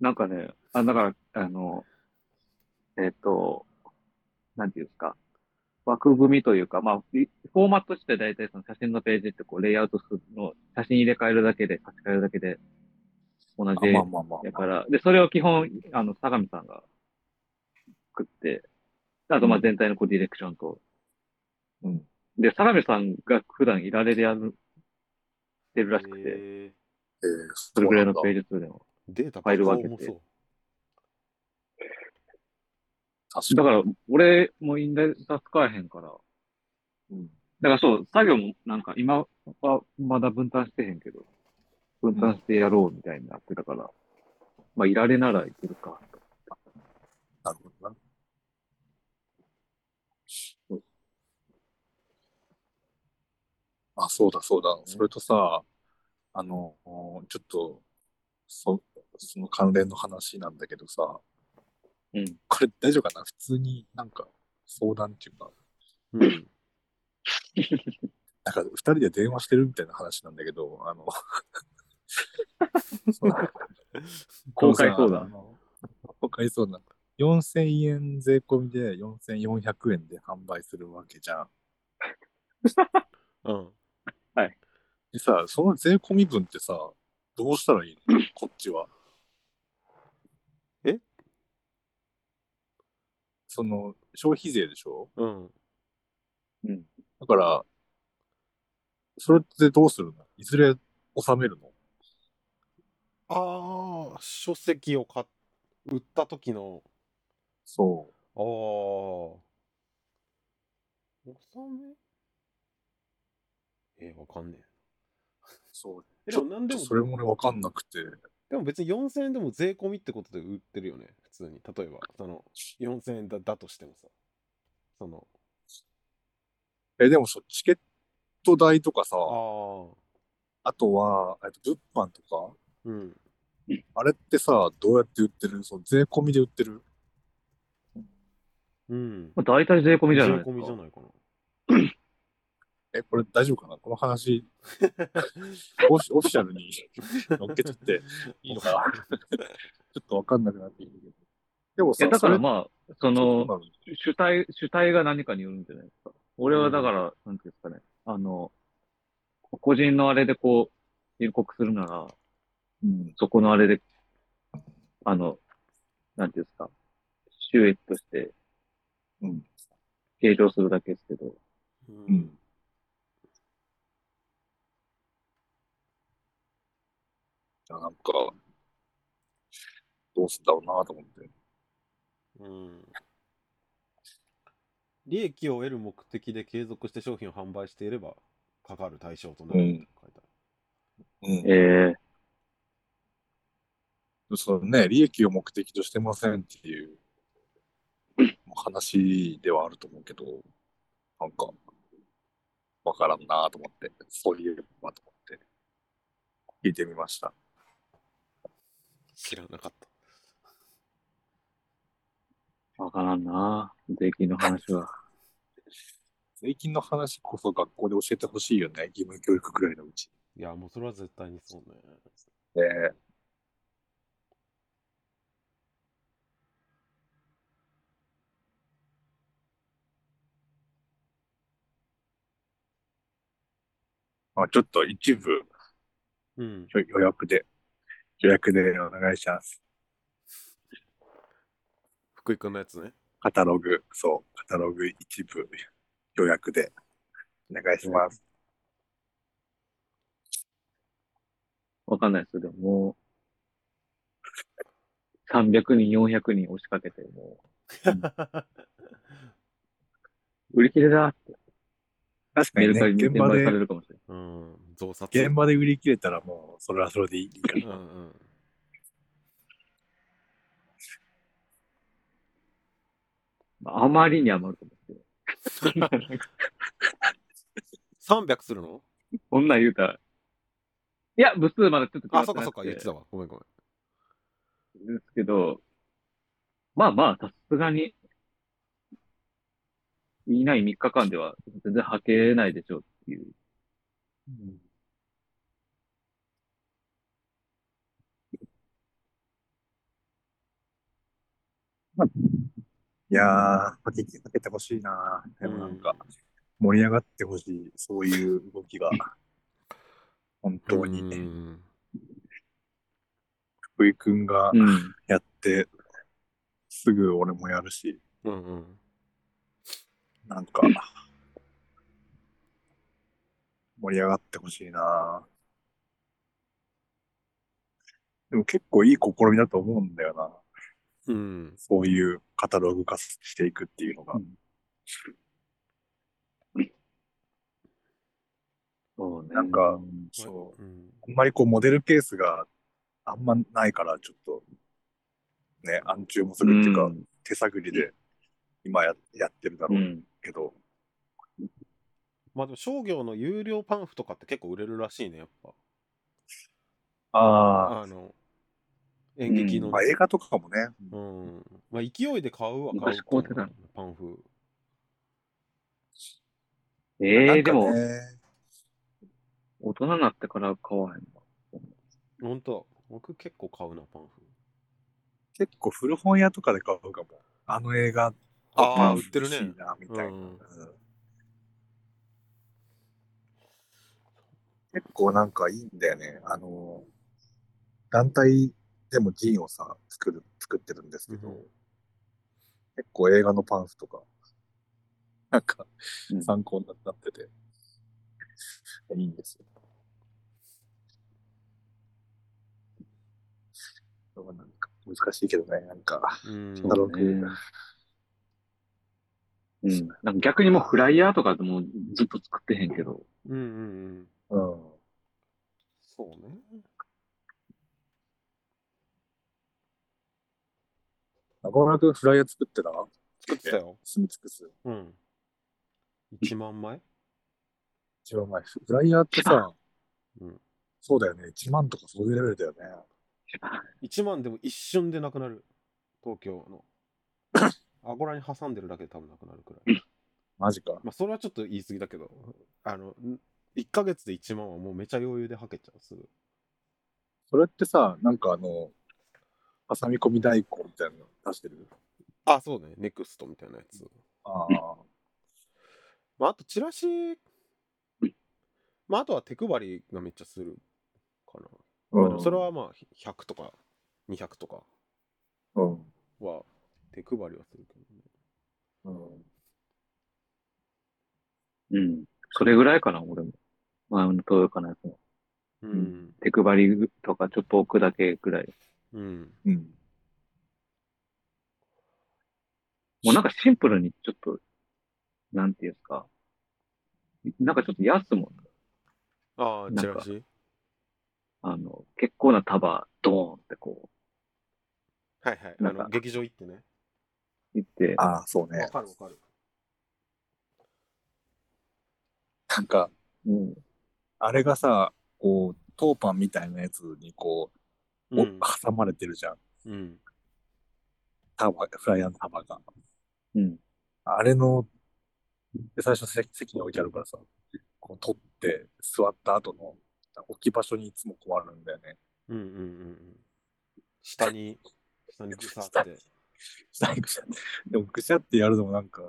[SPEAKER 1] なんかね、あ、だから、あの、えっ、と、なんていうんですか、枠組みというか、まあ、いフォーマットして大体その写真のページってこう、レイアウトするの、写真入れ替えるだけで、差し替えるだけで、同
[SPEAKER 3] あ
[SPEAKER 1] じ
[SPEAKER 3] まあまあまあ
[SPEAKER 1] だから、で、それを基本、あの、相模さんが作って、あと、まあ、全体のこう、ディレクションと。
[SPEAKER 3] うん。
[SPEAKER 1] で、相模さんが普段いられでやる、してるらしくて、
[SPEAKER 2] えー
[SPEAKER 3] えー、
[SPEAKER 1] それぐらいの
[SPEAKER 3] そう
[SPEAKER 1] ペ
[SPEAKER 3] な
[SPEAKER 1] ー
[SPEAKER 3] んだ
[SPEAKER 1] ジ数でも。
[SPEAKER 2] データ
[SPEAKER 1] ファイル分
[SPEAKER 2] 分
[SPEAKER 1] けて
[SPEAKER 2] けて。
[SPEAKER 3] 確
[SPEAKER 1] だ
[SPEAKER 3] か
[SPEAKER 1] から、俺もインデータ使えへんから、
[SPEAKER 3] に。うん
[SPEAKER 1] だからそう、作業もなんか今はまだ分担してへんけど、分担してやろうみたいになってたから、まあ、いられならいけるか。
[SPEAKER 3] なるほどな。うんあ、そうだそうだ。それとさ、あの、ちょっと、そ、その関連の話なんだけどさ、
[SPEAKER 1] うん。
[SPEAKER 3] これ大丈夫かな普通になんか相談っていうか、
[SPEAKER 2] うん。
[SPEAKER 3] なんか二人で電話してるみたいな話なんだけど、 あの、そう
[SPEAKER 1] 公開相。
[SPEAKER 3] あ
[SPEAKER 1] 談。
[SPEAKER 3] の公開相談。4000円税込みで4400円で販売するわけじゃん。
[SPEAKER 2] うん。
[SPEAKER 3] でさ、その税込み分ってさ、どうしたらいい のこっちは。
[SPEAKER 2] え
[SPEAKER 3] その、消費税でしょ
[SPEAKER 2] うん。
[SPEAKER 3] だから、それってどうするのいずれ納めるの
[SPEAKER 2] ああ、書籍を買っ売った時の、
[SPEAKER 3] そ
[SPEAKER 2] ああ、納めえー、わかんね
[SPEAKER 3] う。そう。
[SPEAKER 2] え。
[SPEAKER 3] ち
[SPEAKER 2] で
[SPEAKER 3] ょ
[SPEAKER 2] も
[SPEAKER 3] っ
[SPEAKER 2] なんで
[SPEAKER 3] と
[SPEAKER 2] も、
[SPEAKER 3] それもね、わかんなくて。
[SPEAKER 2] でも別に4000円でも税込みってことで売ってるよね、普通に。例えば、その、4000円だだとしてもさ。その、
[SPEAKER 3] え、でもそう、チケット代とかさ、あ
[SPEAKER 2] ああ、
[SPEAKER 3] とは、えっと、物販とか、
[SPEAKER 2] うん。
[SPEAKER 3] あれってさ、どうやって売ってるその税込みで売ってる
[SPEAKER 2] うん。
[SPEAKER 1] まあ、大体税込みじゃないです
[SPEAKER 2] 税
[SPEAKER 1] か
[SPEAKER 2] 込みじゃないかな。
[SPEAKER 3] え、これ大丈夫かなこの 話、オフィオフィシャルに乗っけちゃって。いいのかな ちょっとわかんなくなってきてるけど。でも
[SPEAKER 1] い
[SPEAKER 3] さ、
[SPEAKER 1] や、だから
[SPEAKER 3] あ、
[SPEAKER 1] まあ、そ
[SPEAKER 3] そうな
[SPEAKER 1] の、
[SPEAKER 3] の
[SPEAKER 1] 主体、主体が何かによるんじゃないですか。俺はだから、なんていうんですかね、あの、個人のあれでこう、入国するなら、
[SPEAKER 3] うん。
[SPEAKER 1] そこのあれで、あの、なんていうんですか、収益として
[SPEAKER 3] うん。
[SPEAKER 1] 計上するだけですけど、
[SPEAKER 2] う。
[SPEAKER 3] うんん。いや、なんか、どうすんだろうなと思って。
[SPEAKER 2] うん利益を得る目的で継続して商品を販売していればかかる対象となるって書いてあ
[SPEAKER 3] うん。
[SPEAKER 1] ええ
[SPEAKER 3] そのね、利益を目的としてませんっていう話ではあると思うけど、なんか、わからんなと思って、そういえばと思って、聞いてみました。
[SPEAKER 2] る知らなかった
[SPEAKER 1] わからんな税金の話は。
[SPEAKER 3] 税金の話こそ学校で教えてほしいよね、義務教育くらいのうち。
[SPEAKER 2] いやもうそれは絶対にそうね
[SPEAKER 3] ねえまあ、ちょっと一部
[SPEAKER 2] うん
[SPEAKER 3] 予予約で、予約でお願いします。
[SPEAKER 2] 福井君のやつね
[SPEAKER 3] カタログ、そう、カタログ一部予約でお願いします。
[SPEAKER 1] わかんないですけど、もう、300人、400人押しかけて、もう、売り切れだって、
[SPEAKER 3] 確か
[SPEAKER 1] メ
[SPEAKER 3] に
[SPEAKER 1] ル
[SPEAKER 3] ね
[SPEAKER 1] カ、リに
[SPEAKER 3] 現
[SPEAKER 1] 転
[SPEAKER 3] 場
[SPEAKER 1] 売
[SPEAKER 3] で
[SPEAKER 1] さ、れるかもしれない。
[SPEAKER 2] うん増刷
[SPEAKER 3] 現場で売り切れたらもう、それはそれでいいか
[SPEAKER 2] う
[SPEAKER 3] ら。
[SPEAKER 2] んうん
[SPEAKER 1] まああまりに余ると思うんですけど。
[SPEAKER 2] 300するの
[SPEAKER 1] こんなん言うたら。いや、部数まだちょっと決ま
[SPEAKER 2] あ
[SPEAKER 1] っ
[SPEAKER 2] そ
[SPEAKER 1] て
[SPEAKER 2] っか
[SPEAKER 1] な
[SPEAKER 2] そっ
[SPEAKER 1] く
[SPEAKER 2] か
[SPEAKER 1] て
[SPEAKER 2] 言ってたわごめんごめん
[SPEAKER 1] ですけど、まあまあ、さすがに、いない3日間では全然履けないでしょうっていう。
[SPEAKER 3] いやー、かけかけてほしいなでもなんか、盛り上がってほしい、そういう動きが。本当に、
[SPEAKER 2] う
[SPEAKER 3] ね、
[SPEAKER 2] ん
[SPEAKER 3] 福井くんが
[SPEAKER 1] うん。
[SPEAKER 3] やって、すぐ俺もやるし、
[SPEAKER 2] うんうん
[SPEAKER 3] なんか、盛り上がってほしいなでも結構いい試みだと思うんだよな。
[SPEAKER 2] うん
[SPEAKER 3] そういうカタログ化していくっていうのが。
[SPEAKER 1] そうね。
[SPEAKER 3] なんか
[SPEAKER 1] うん
[SPEAKER 3] そう
[SPEAKER 2] うん
[SPEAKER 3] あんまりこうモデルケースがあんまないから、ちょっと、ね、暗中もするっていうか、
[SPEAKER 1] うん
[SPEAKER 3] 手探りで今ややってるだろ
[SPEAKER 1] う。
[SPEAKER 3] うんけど、
[SPEAKER 2] まあでも商業の有料パンフとかって結構売れるらしいねやっぱ
[SPEAKER 3] あ
[SPEAKER 2] あの演劇の、
[SPEAKER 3] まあ映画とかもね、
[SPEAKER 2] うんまあ勢いで買うは買
[SPEAKER 1] 昔
[SPEAKER 2] う
[SPEAKER 1] こうや
[SPEAKER 2] か
[SPEAKER 1] ってた
[SPEAKER 2] も
[SPEAKER 1] の
[SPEAKER 2] パンフ
[SPEAKER 3] な
[SPEAKER 1] ええで
[SPEAKER 3] んかね
[SPEAKER 1] も、大人になってから買わへんの。
[SPEAKER 2] ほんとだ僕結構買うなパンフ
[SPEAKER 3] 結構古本屋とかで買うかも。あの映画、
[SPEAKER 2] あ
[SPEAKER 3] あ
[SPEAKER 2] あ売ってるね
[SPEAKER 3] 欲しいな、みたいな。
[SPEAKER 2] うん
[SPEAKER 3] うん結構なんかいいんだよね。あの、団体でもジンをさ、作る、作ってるんですけど、
[SPEAKER 2] うん
[SPEAKER 3] 結構映画のパンフとか、なんか
[SPEAKER 1] うん
[SPEAKER 3] 参考になってて、いいんですよ。でもなんか難しいけどね、なんか。
[SPEAKER 2] うん
[SPEAKER 3] カタログ
[SPEAKER 1] ねうん。なんか逆にもうフライヤーとかでもずっと作ってへんけど。
[SPEAKER 2] うんうんうん
[SPEAKER 3] うん。
[SPEAKER 2] そうね
[SPEAKER 3] 中村くんフライヤー作ってた
[SPEAKER 2] 作ってたよ
[SPEAKER 3] 住み尽くす。
[SPEAKER 2] うん1万枚
[SPEAKER 3] 一番前。フライヤーって
[SPEAKER 1] 一
[SPEAKER 3] さ、
[SPEAKER 2] うん
[SPEAKER 3] そうだよね。1万とかそういうレベルだよね。
[SPEAKER 2] 1万でも一瞬でなくなる東京のアゴラに挟んでるだけで多分なくなるくらい
[SPEAKER 3] マジか。
[SPEAKER 2] まあそれはちょっと言い過ぎだけどあの1ヶ月で1万はもうめちゃ余裕ではけちゃうすぐ
[SPEAKER 3] それってさ、なんかあの、挟み込み大根みたいなの出してる
[SPEAKER 2] あそうねネクストみたいなやつ、
[SPEAKER 3] ああ。
[SPEAKER 2] まあ、あとチラシまああとは手配りがめっちゃするかな、まあでもそれはまあ100とか200とか
[SPEAKER 3] うん、
[SPEAKER 2] は手配りはするけどね
[SPEAKER 3] うん。
[SPEAKER 1] うん。それぐらいかな、俺も。まあ、豊かなやつも。
[SPEAKER 2] うん
[SPEAKER 1] 手配りとかちょっと置くだけぐらい。
[SPEAKER 2] うん
[SPEAKER 3] うん。
[SPEAKER 1] もうなんかシンプルにちょっと、なんていうんですか。なんかちょっと安も、
[SPEAKER 2] ああチ
[SPEAKER 1] なん
[SPEAKER 2] ラ
[SPEAKER 1] か
[SPEAKER 2] シ
[SPEAKER 1] あの、結構な束、ドーンってこ
[SPEAKER 2] はいはいあ
[SPEAKER 1] なんか
[SPEAKER 2] の劇場行ってね
[SPEAKER 1] う、いって、
[SPEAKER 3] ああ、そう
[SPEAKER 2] わ
[SPEAKER 3] ね。
[SPEAKER 2] かるわかる
[SPEAKER 3] なんか、
[SPEAKER 1] うん。
[SPEAKER 3] あれがさ、こう、当パンみたいなやつにこう、お
[SPEAKER 2] うん、
[SPEAKER 3] 挟まれてるじゃん。
[SPEAKER 2] うん、
[SPEAKER 3] 束フライヤーの束が。
[SPEAKER 1] うん。
[SPEAKER 3] あれの、で最初席席に置いてあるからさ、こう取って座った後の置き場所にいつも困るんだよね。
[SPEAKER 2] うんうんうんうん。下に、下にぐさって。
[SPEAKER 3] 下にぐしゃでもぐしゃってやるのもなんか、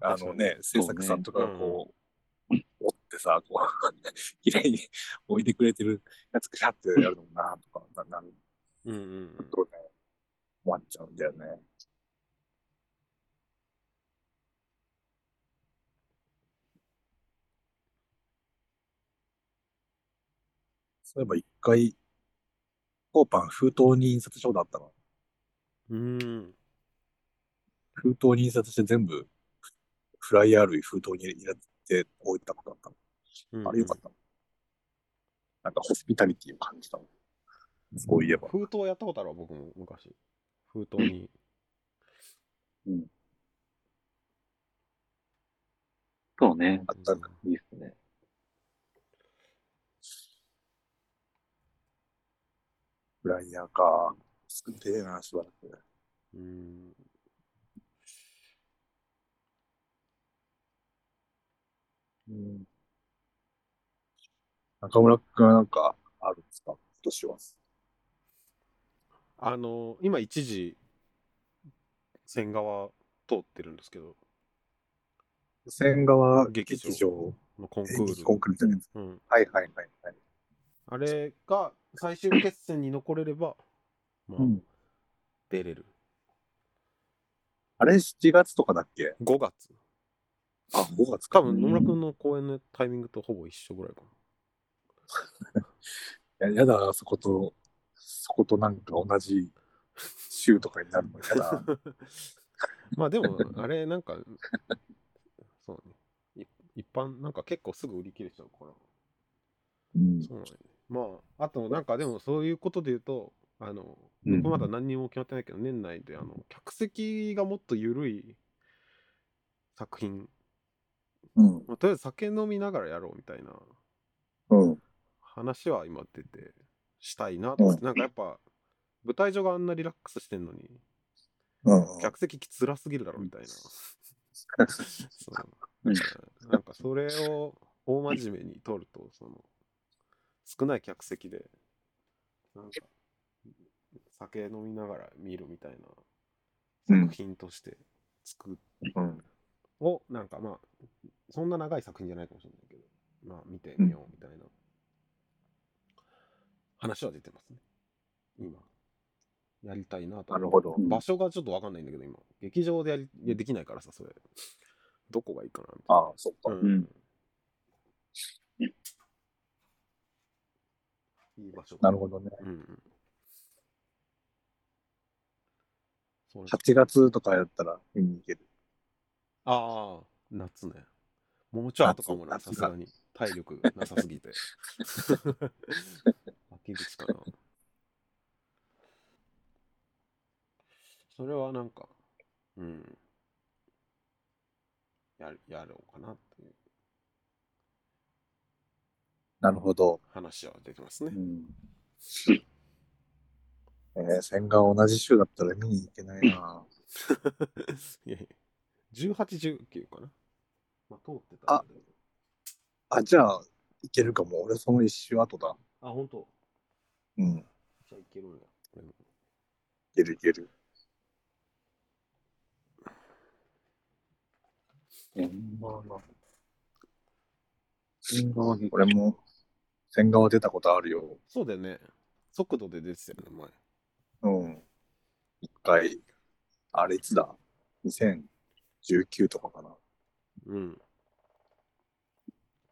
[SPEAKER 3] あの
[SPEAKER 2] 確か
[SPEAKER 3] ね、制作さんとかがこう、折ってさ、こう、 綺麗に置いてくれてるやつぐしゃってやるのもなとか、ななる
[SPEAKER 2] うんうんうん。
[SPEAKER 3] とね、困っちゃうんだよね。そういえば一回、当パン封筒に印刷しようだったの。
[SPEAKER 2] うーん。
[SPEAKER 3] 封筒に印刷して全部、フライヤー類封筒に入れて置いたことあったの。
[SPEAKER 2] うん
[SPEAKER 3] あれよかったの。なんかホスピタリティを感じたの。そういえば。
[SPEAKER 2] 封筒やったことあるわ、僕も昔。封筒に。
[SPEAKER 1] そうね。
[SPEAKER 3] あったか
[SPEAKER 1] いいっすね。
[SPEAKER 3] フライヤーか。作ってえな、しばらく。
[SPEAKER 2] うん。
[SPEAKER 3] うん中村君はなんかあるんですか今年は。
[SPEAKER 2] あの、今一時、線側通ってるんですけど、
[SPEAKER 3] 千川劇
[SPEAKER 2] 劇
[SPEAKER 3] 場
[SPEAKER 2] 場のコンク
[SPEAKER 3] 演劇
[SPEAKER 2] ー
[SPEAKER 3] コン
[SPEAKER 2] ル。
[SPEAKER 3] クールじゃないです
[SPEAKER 2] うん、
[SPEAKER 3] か。はいはいはいはい。
[SPEAKER 2] あれが最終決戦に残れれば、まあ、
[SPEAKER 3] うん
[SPEAKER 2] 出れる。
[SPEAKER 3] あれ7月とかだっけ
[SPEAKER 2] 5月。
[SPEAKER 3] あ、5月か。
[SPEAKER 2] 多分野村君の公演のタイミングとほぼ一緒ぐらいかな。
[SPEAKER 3] いややだ、そこと、そことなんか同じ週とかになるのやだ。
[SPEAKER 2] まあでも、あれ、なんか、そうね。い一般、なんか結構すぐ売り切れちゃうから。
[SPEAKER 3] うん
[SPEAKER 2] そうなんやね。まあ、あと、なんかでもそういうことで言うと、あの、
[SPEAKER 1] うん
[SPEAKER 2] 僕まだ何にも決まってないけど、年内で、あの、客席がもっと緩い作品、
[SPEAKER 3] うん。
[SPEAKER 2] まあ、とりあえず酒飲みながらやろうみたいな
[SPEAKER 3] うん。
[SPEAKER 2] 話は今出て、したいなって、
[SPEAKER 3] うん
[SPEAKER 2] なんかやっぱ、舞台上があんなリラックスしてんのに、
[SPEAKER 3] うん。
[SPEAKER 2] 客席辛すぎるだろみたいな。 そ
[SPEAKER 1] う
[SPEAKER 2] う
[SPEAKER 1] ん
[SPEAKER 2] なんかそれを大真面目に取ると、その少ない客席で、なんか酒飲みながら見るみたいな作品として作っ
[SPEAKER 1] うん。
[SPEAKER 2] を、なんかまあ、そんな長い作品じゃないかもしれないけど、まあ見てみようみたいな話は出てますね。今。やりたいなと。
[SPEAKER 3] なるほど
[SPEAKER 2] 場所がちょっとわかんないんだけど、今。劇場でやりいやできないからさ、それ。どこがいいかなみたい
[SPEAKER 3] あ
[SPEAKER 2] な。
[SPEAKER 3] あ、そっか。
[SPEAKER 2] う
[SPEAKER 1] うんん。
[SPEAKER 2] いい場所
[SPEAKER 3] なるほどね。
[SPEAKER 2] ど。うんうん。そうね
[SPEAKER 3] 8月とかやったら見に行ける。
[SPEAKER 2] ああ、夏ね。もうちょいとかもな、
[SPEAKER 3] 夏
[SPEAKER 2] さ
[SPEAKER 3] 夏
[SPEAKER 2] すがに。体力なさすぎて。秋口かな。それはなんか、うん。やるやろうかなっていう
[SPEAKER 3] なるほど。
[SPEAKER 2] 話は出てます
[SPEAKER 3] う
[SPEAKER 2] ね。
[SPEAKER 3] ん。えー、線が同じ週だったら見に行けないな。
[SPEAKER 2] いやいや、18、19かな。まあ、通ってたんで。
[SPEAKER 3] あ、じゃあ、行けるかも。俺、その一週後だ。
[SPEAKER 2] あ、本当。
[SPEAKER 3] うん。行
[SPEAKER 2] じゃあいけるんや。うん
[SPEAKER 3] ける行ける。俺も、線側出たことあるよ。
[SPEAKER 2] そうだよね。速度で出てたよね、前。
[SPEAKER 3] うん。一回、あれいつだ ?2019 とかかな。
[SPEAKER 2] うん。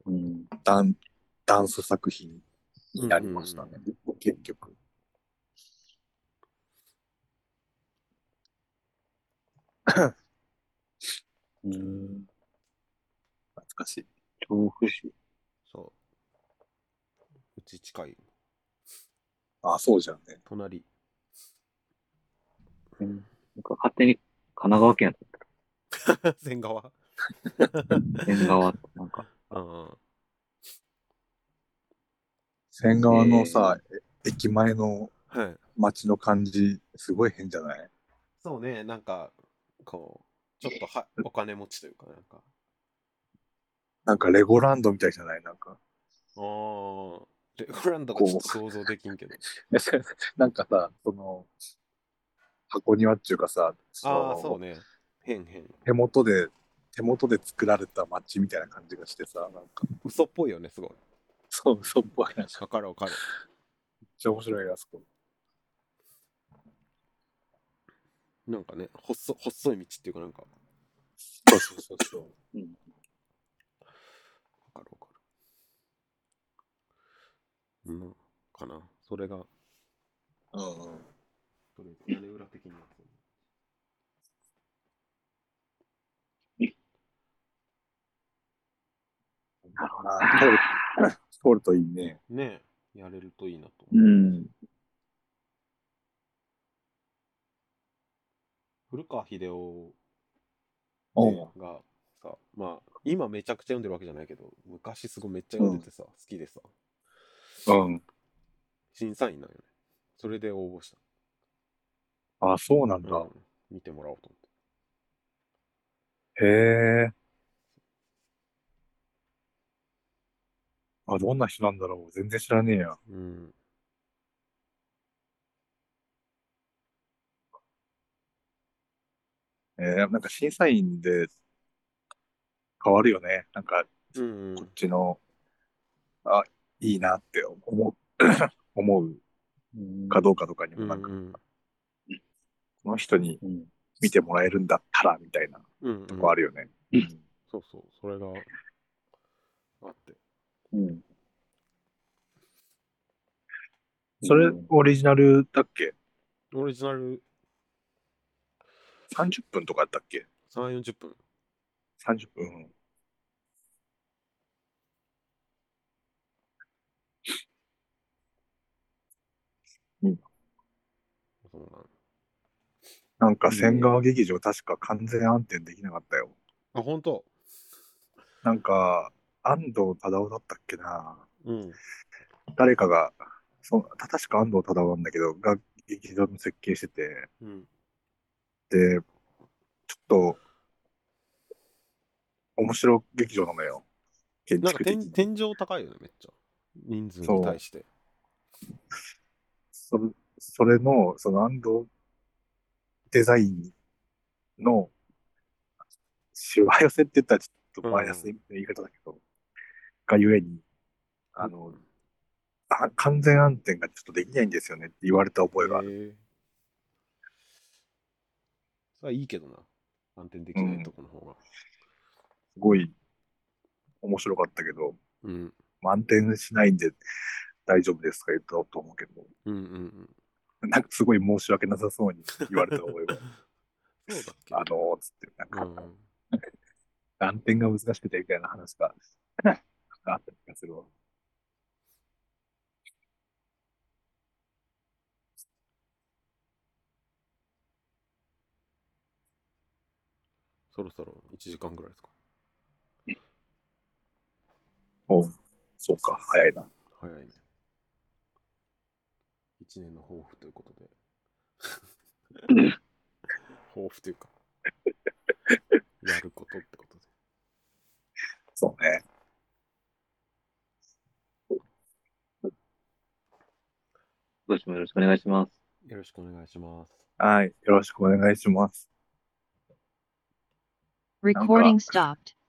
[SPEAKER 3] うん。ダン、ダンス作品になりましたね。結局。
[SPEAKER 1] うん。
[SPEAKER 3] 懐かしい。
[SPEAKER 1] 調布市。
[SPEAKER 2] そう。うち近い、
[SPEAKER 3] あ、そうじゃんね。
[SPEAKER 2] 隣。
[SPEAKER 1] うん僕は勝手に神奈川県
[SPEAKER 2] 線側。
[SPEAKER 1] やった。縁側ってなんか。
[SPEAKER 2] うん。
[SPEAKER 3] 線側のさ、え駅前の
[SPEAKER 2] はい。
[SPEAKER 3] 街の感じ、すごい変じゃない
[SPEAKER 2] そうね、なんか、こう、ちょっと はお金持ちというか、なんか。
[SPEAKER 3] なんかレゴランドみたいじゃないなんか。
[SPEAKER 2] ああ。レゴランドがちょっと想像できんけ ど。
[SPEAKER 3] なんかさ、その、箱庭っていうかさ、
[SPEAKER 2] ああ、
[SPEAKER 3] の
[SPEAKER 2] そうね。変変。
[SPEAKER 3] 手元で、手元で作られた街みたいな感じがしてさ、なんか、
[SPEAKER 2] 嘘っぽいよね、すごい。
[SPEAKER 3] そう、嘘っぽいな。めっ
[SPEAKER 2] わかるわかる。
[SPEAKER 3] ちゃ面白いよ、あそこ。
[SPEAKER 2] なんかね、細細い道っていうか、なんか、わ
[SPEAKER 3] そうそうそうそう。
[SPEAKER 2] かるわかる。うん、かな。それが、
[SPEAKER 3] うんうん。
[SPEAKER 2] とりあえず屋根裏的に。
[SPEAKER 3] なるほどな。通る、通る といいね。
[SPEAKER 2] ねえ、やれるといいなと
[SPEAKER 1] う
[SPEAKER 2] 思う。
[SPEAKER 1] ん。
[SPEAKER 2] 古川秀夫
[SPEAKER 3] う
[SPEAKER 2] ねがさまあ今めちゃくちゃ読んでるわけじゃないけど昔すごいめっちゃ読んでてさ、好きでさ
[SPEAKER 1] うん。
[SPEAKER 2] 審査員なんよねそれで応募し
[SPEAKER 3] あ、そうなん
[SPEAKER 2] た、
[SPEAKER 3] だ。
[SPEAKER 2] うん見てもらおうと思って
[SPEAKER 3] へえ。あ、どんな人なんだろう全然知らねえや。
[SPEAKER 2] うん。
[SPEAKER 3] えーなんか審査員で変わるよね。なんか、
[SPEAKER 2] うん、
[SPEAKER 3] こっちの、あ、いいなって思う、 思うかどうかとかに
[SPEAKER 2] う
[SPEAKER 3] も、
[SPEAKER 2] ん。
[SPEAKER 3] なん
[SPEAKER 2] う
[SPEAKER 3] か、
[SPEAKER 2] ん。
[SPEAKER 3] この人に
[SPEAKER 1] うん。
[SPEAKER 3] 見てもらえるんだったら、みたいな
[SPEAKER 2] うん。
[SPEAKER 3] とこあるよね。
[SPEAKER 1] うん
[SPEAKER 2] そうそう、それがあって。
[SPEAKER 1] うん。
[SPEAKER 3] それ
[SPEAKER 1] う、ん
[SPEAKER 3] オリジナルだっけ
[SPEAKER 2] オリジナル
[SPEAKER 3] ?30 分とかだったっけ
[SPEAKER 2] 3、40分。
[SPEAKER 3] ?30 分。
[SPEAKER 2] そうなん
[SPEAKER 3] なんか、千川劇場確か完全暗転できなかったよ。
[SPEAKER 2] あ、本当
[SPEAKER 3] なんか、安藤忠雄だったっけな
[SPEAKER 2] うん。
[SPEAKER 3] 誰かが、そう確か安藤忠雄なんだけど、が劇場の設計してて、
[SPEAKER 2] うん。
[SPEAKER 3] で、ちょっと、面白劇場なのよ。建
[SPEAKER 2] なんか
[SPEAKER 3] 築的
[SPEAKER 2] 天
[SPEAKER 3] に。
[SPEAKER 2] 天井高いよね、めっちゃ。人数
[SPEAKER 3] そう
[SPEAKER 2] に対して。
[SPEAKER 3] そそれの、その安藤デザインの、しわ寄せって言ったらちょっとマイナスな言い方だけど、がゆえに、あの、あ完全暗転がちょっとできないんですよねって言われた覚えがある。
[SPEAKER 2] へえそれはいいけどな。暗転できないとこの方が。
[SPEAKER 3] すごい面白かったけど、
[SPEAKER 2] うん。
[SPEAKER 3] 満転しないんで大丈夫ですか言ったと思うけど、
[SPEAKER 2] うんうん
[SPEAKER 3] なんかすごい申し訳なさそうに言われた覚えが、
[SPEAKER 2] うん。そうだっけ
[SPEAKER 3] あのー、つって、なん
[SPEAKER 2] う
[SPEAKER 3] か、
[SPEAKER 2] ん。
[SPEAKER 3] 難点が難しくてみたいな話があった気がするわ。
[SPEAKER 2] そろそろ1時間ぐらいですか。
[SPEAKER 3] おそうか、早いな。
[SPEAKER 2] 早いね。1年の抱負ということで。 抱負と いうか、やることってことで。
[SPEAKER 3] そうね。
[SPEAKER 1] どうしてもよろしくお願いします。
[SPEAKER 2] よろしくお願いします。
[SPEAKER 3] はい、よろしくお願いします。
[SPEAKER 4] Recording stopped.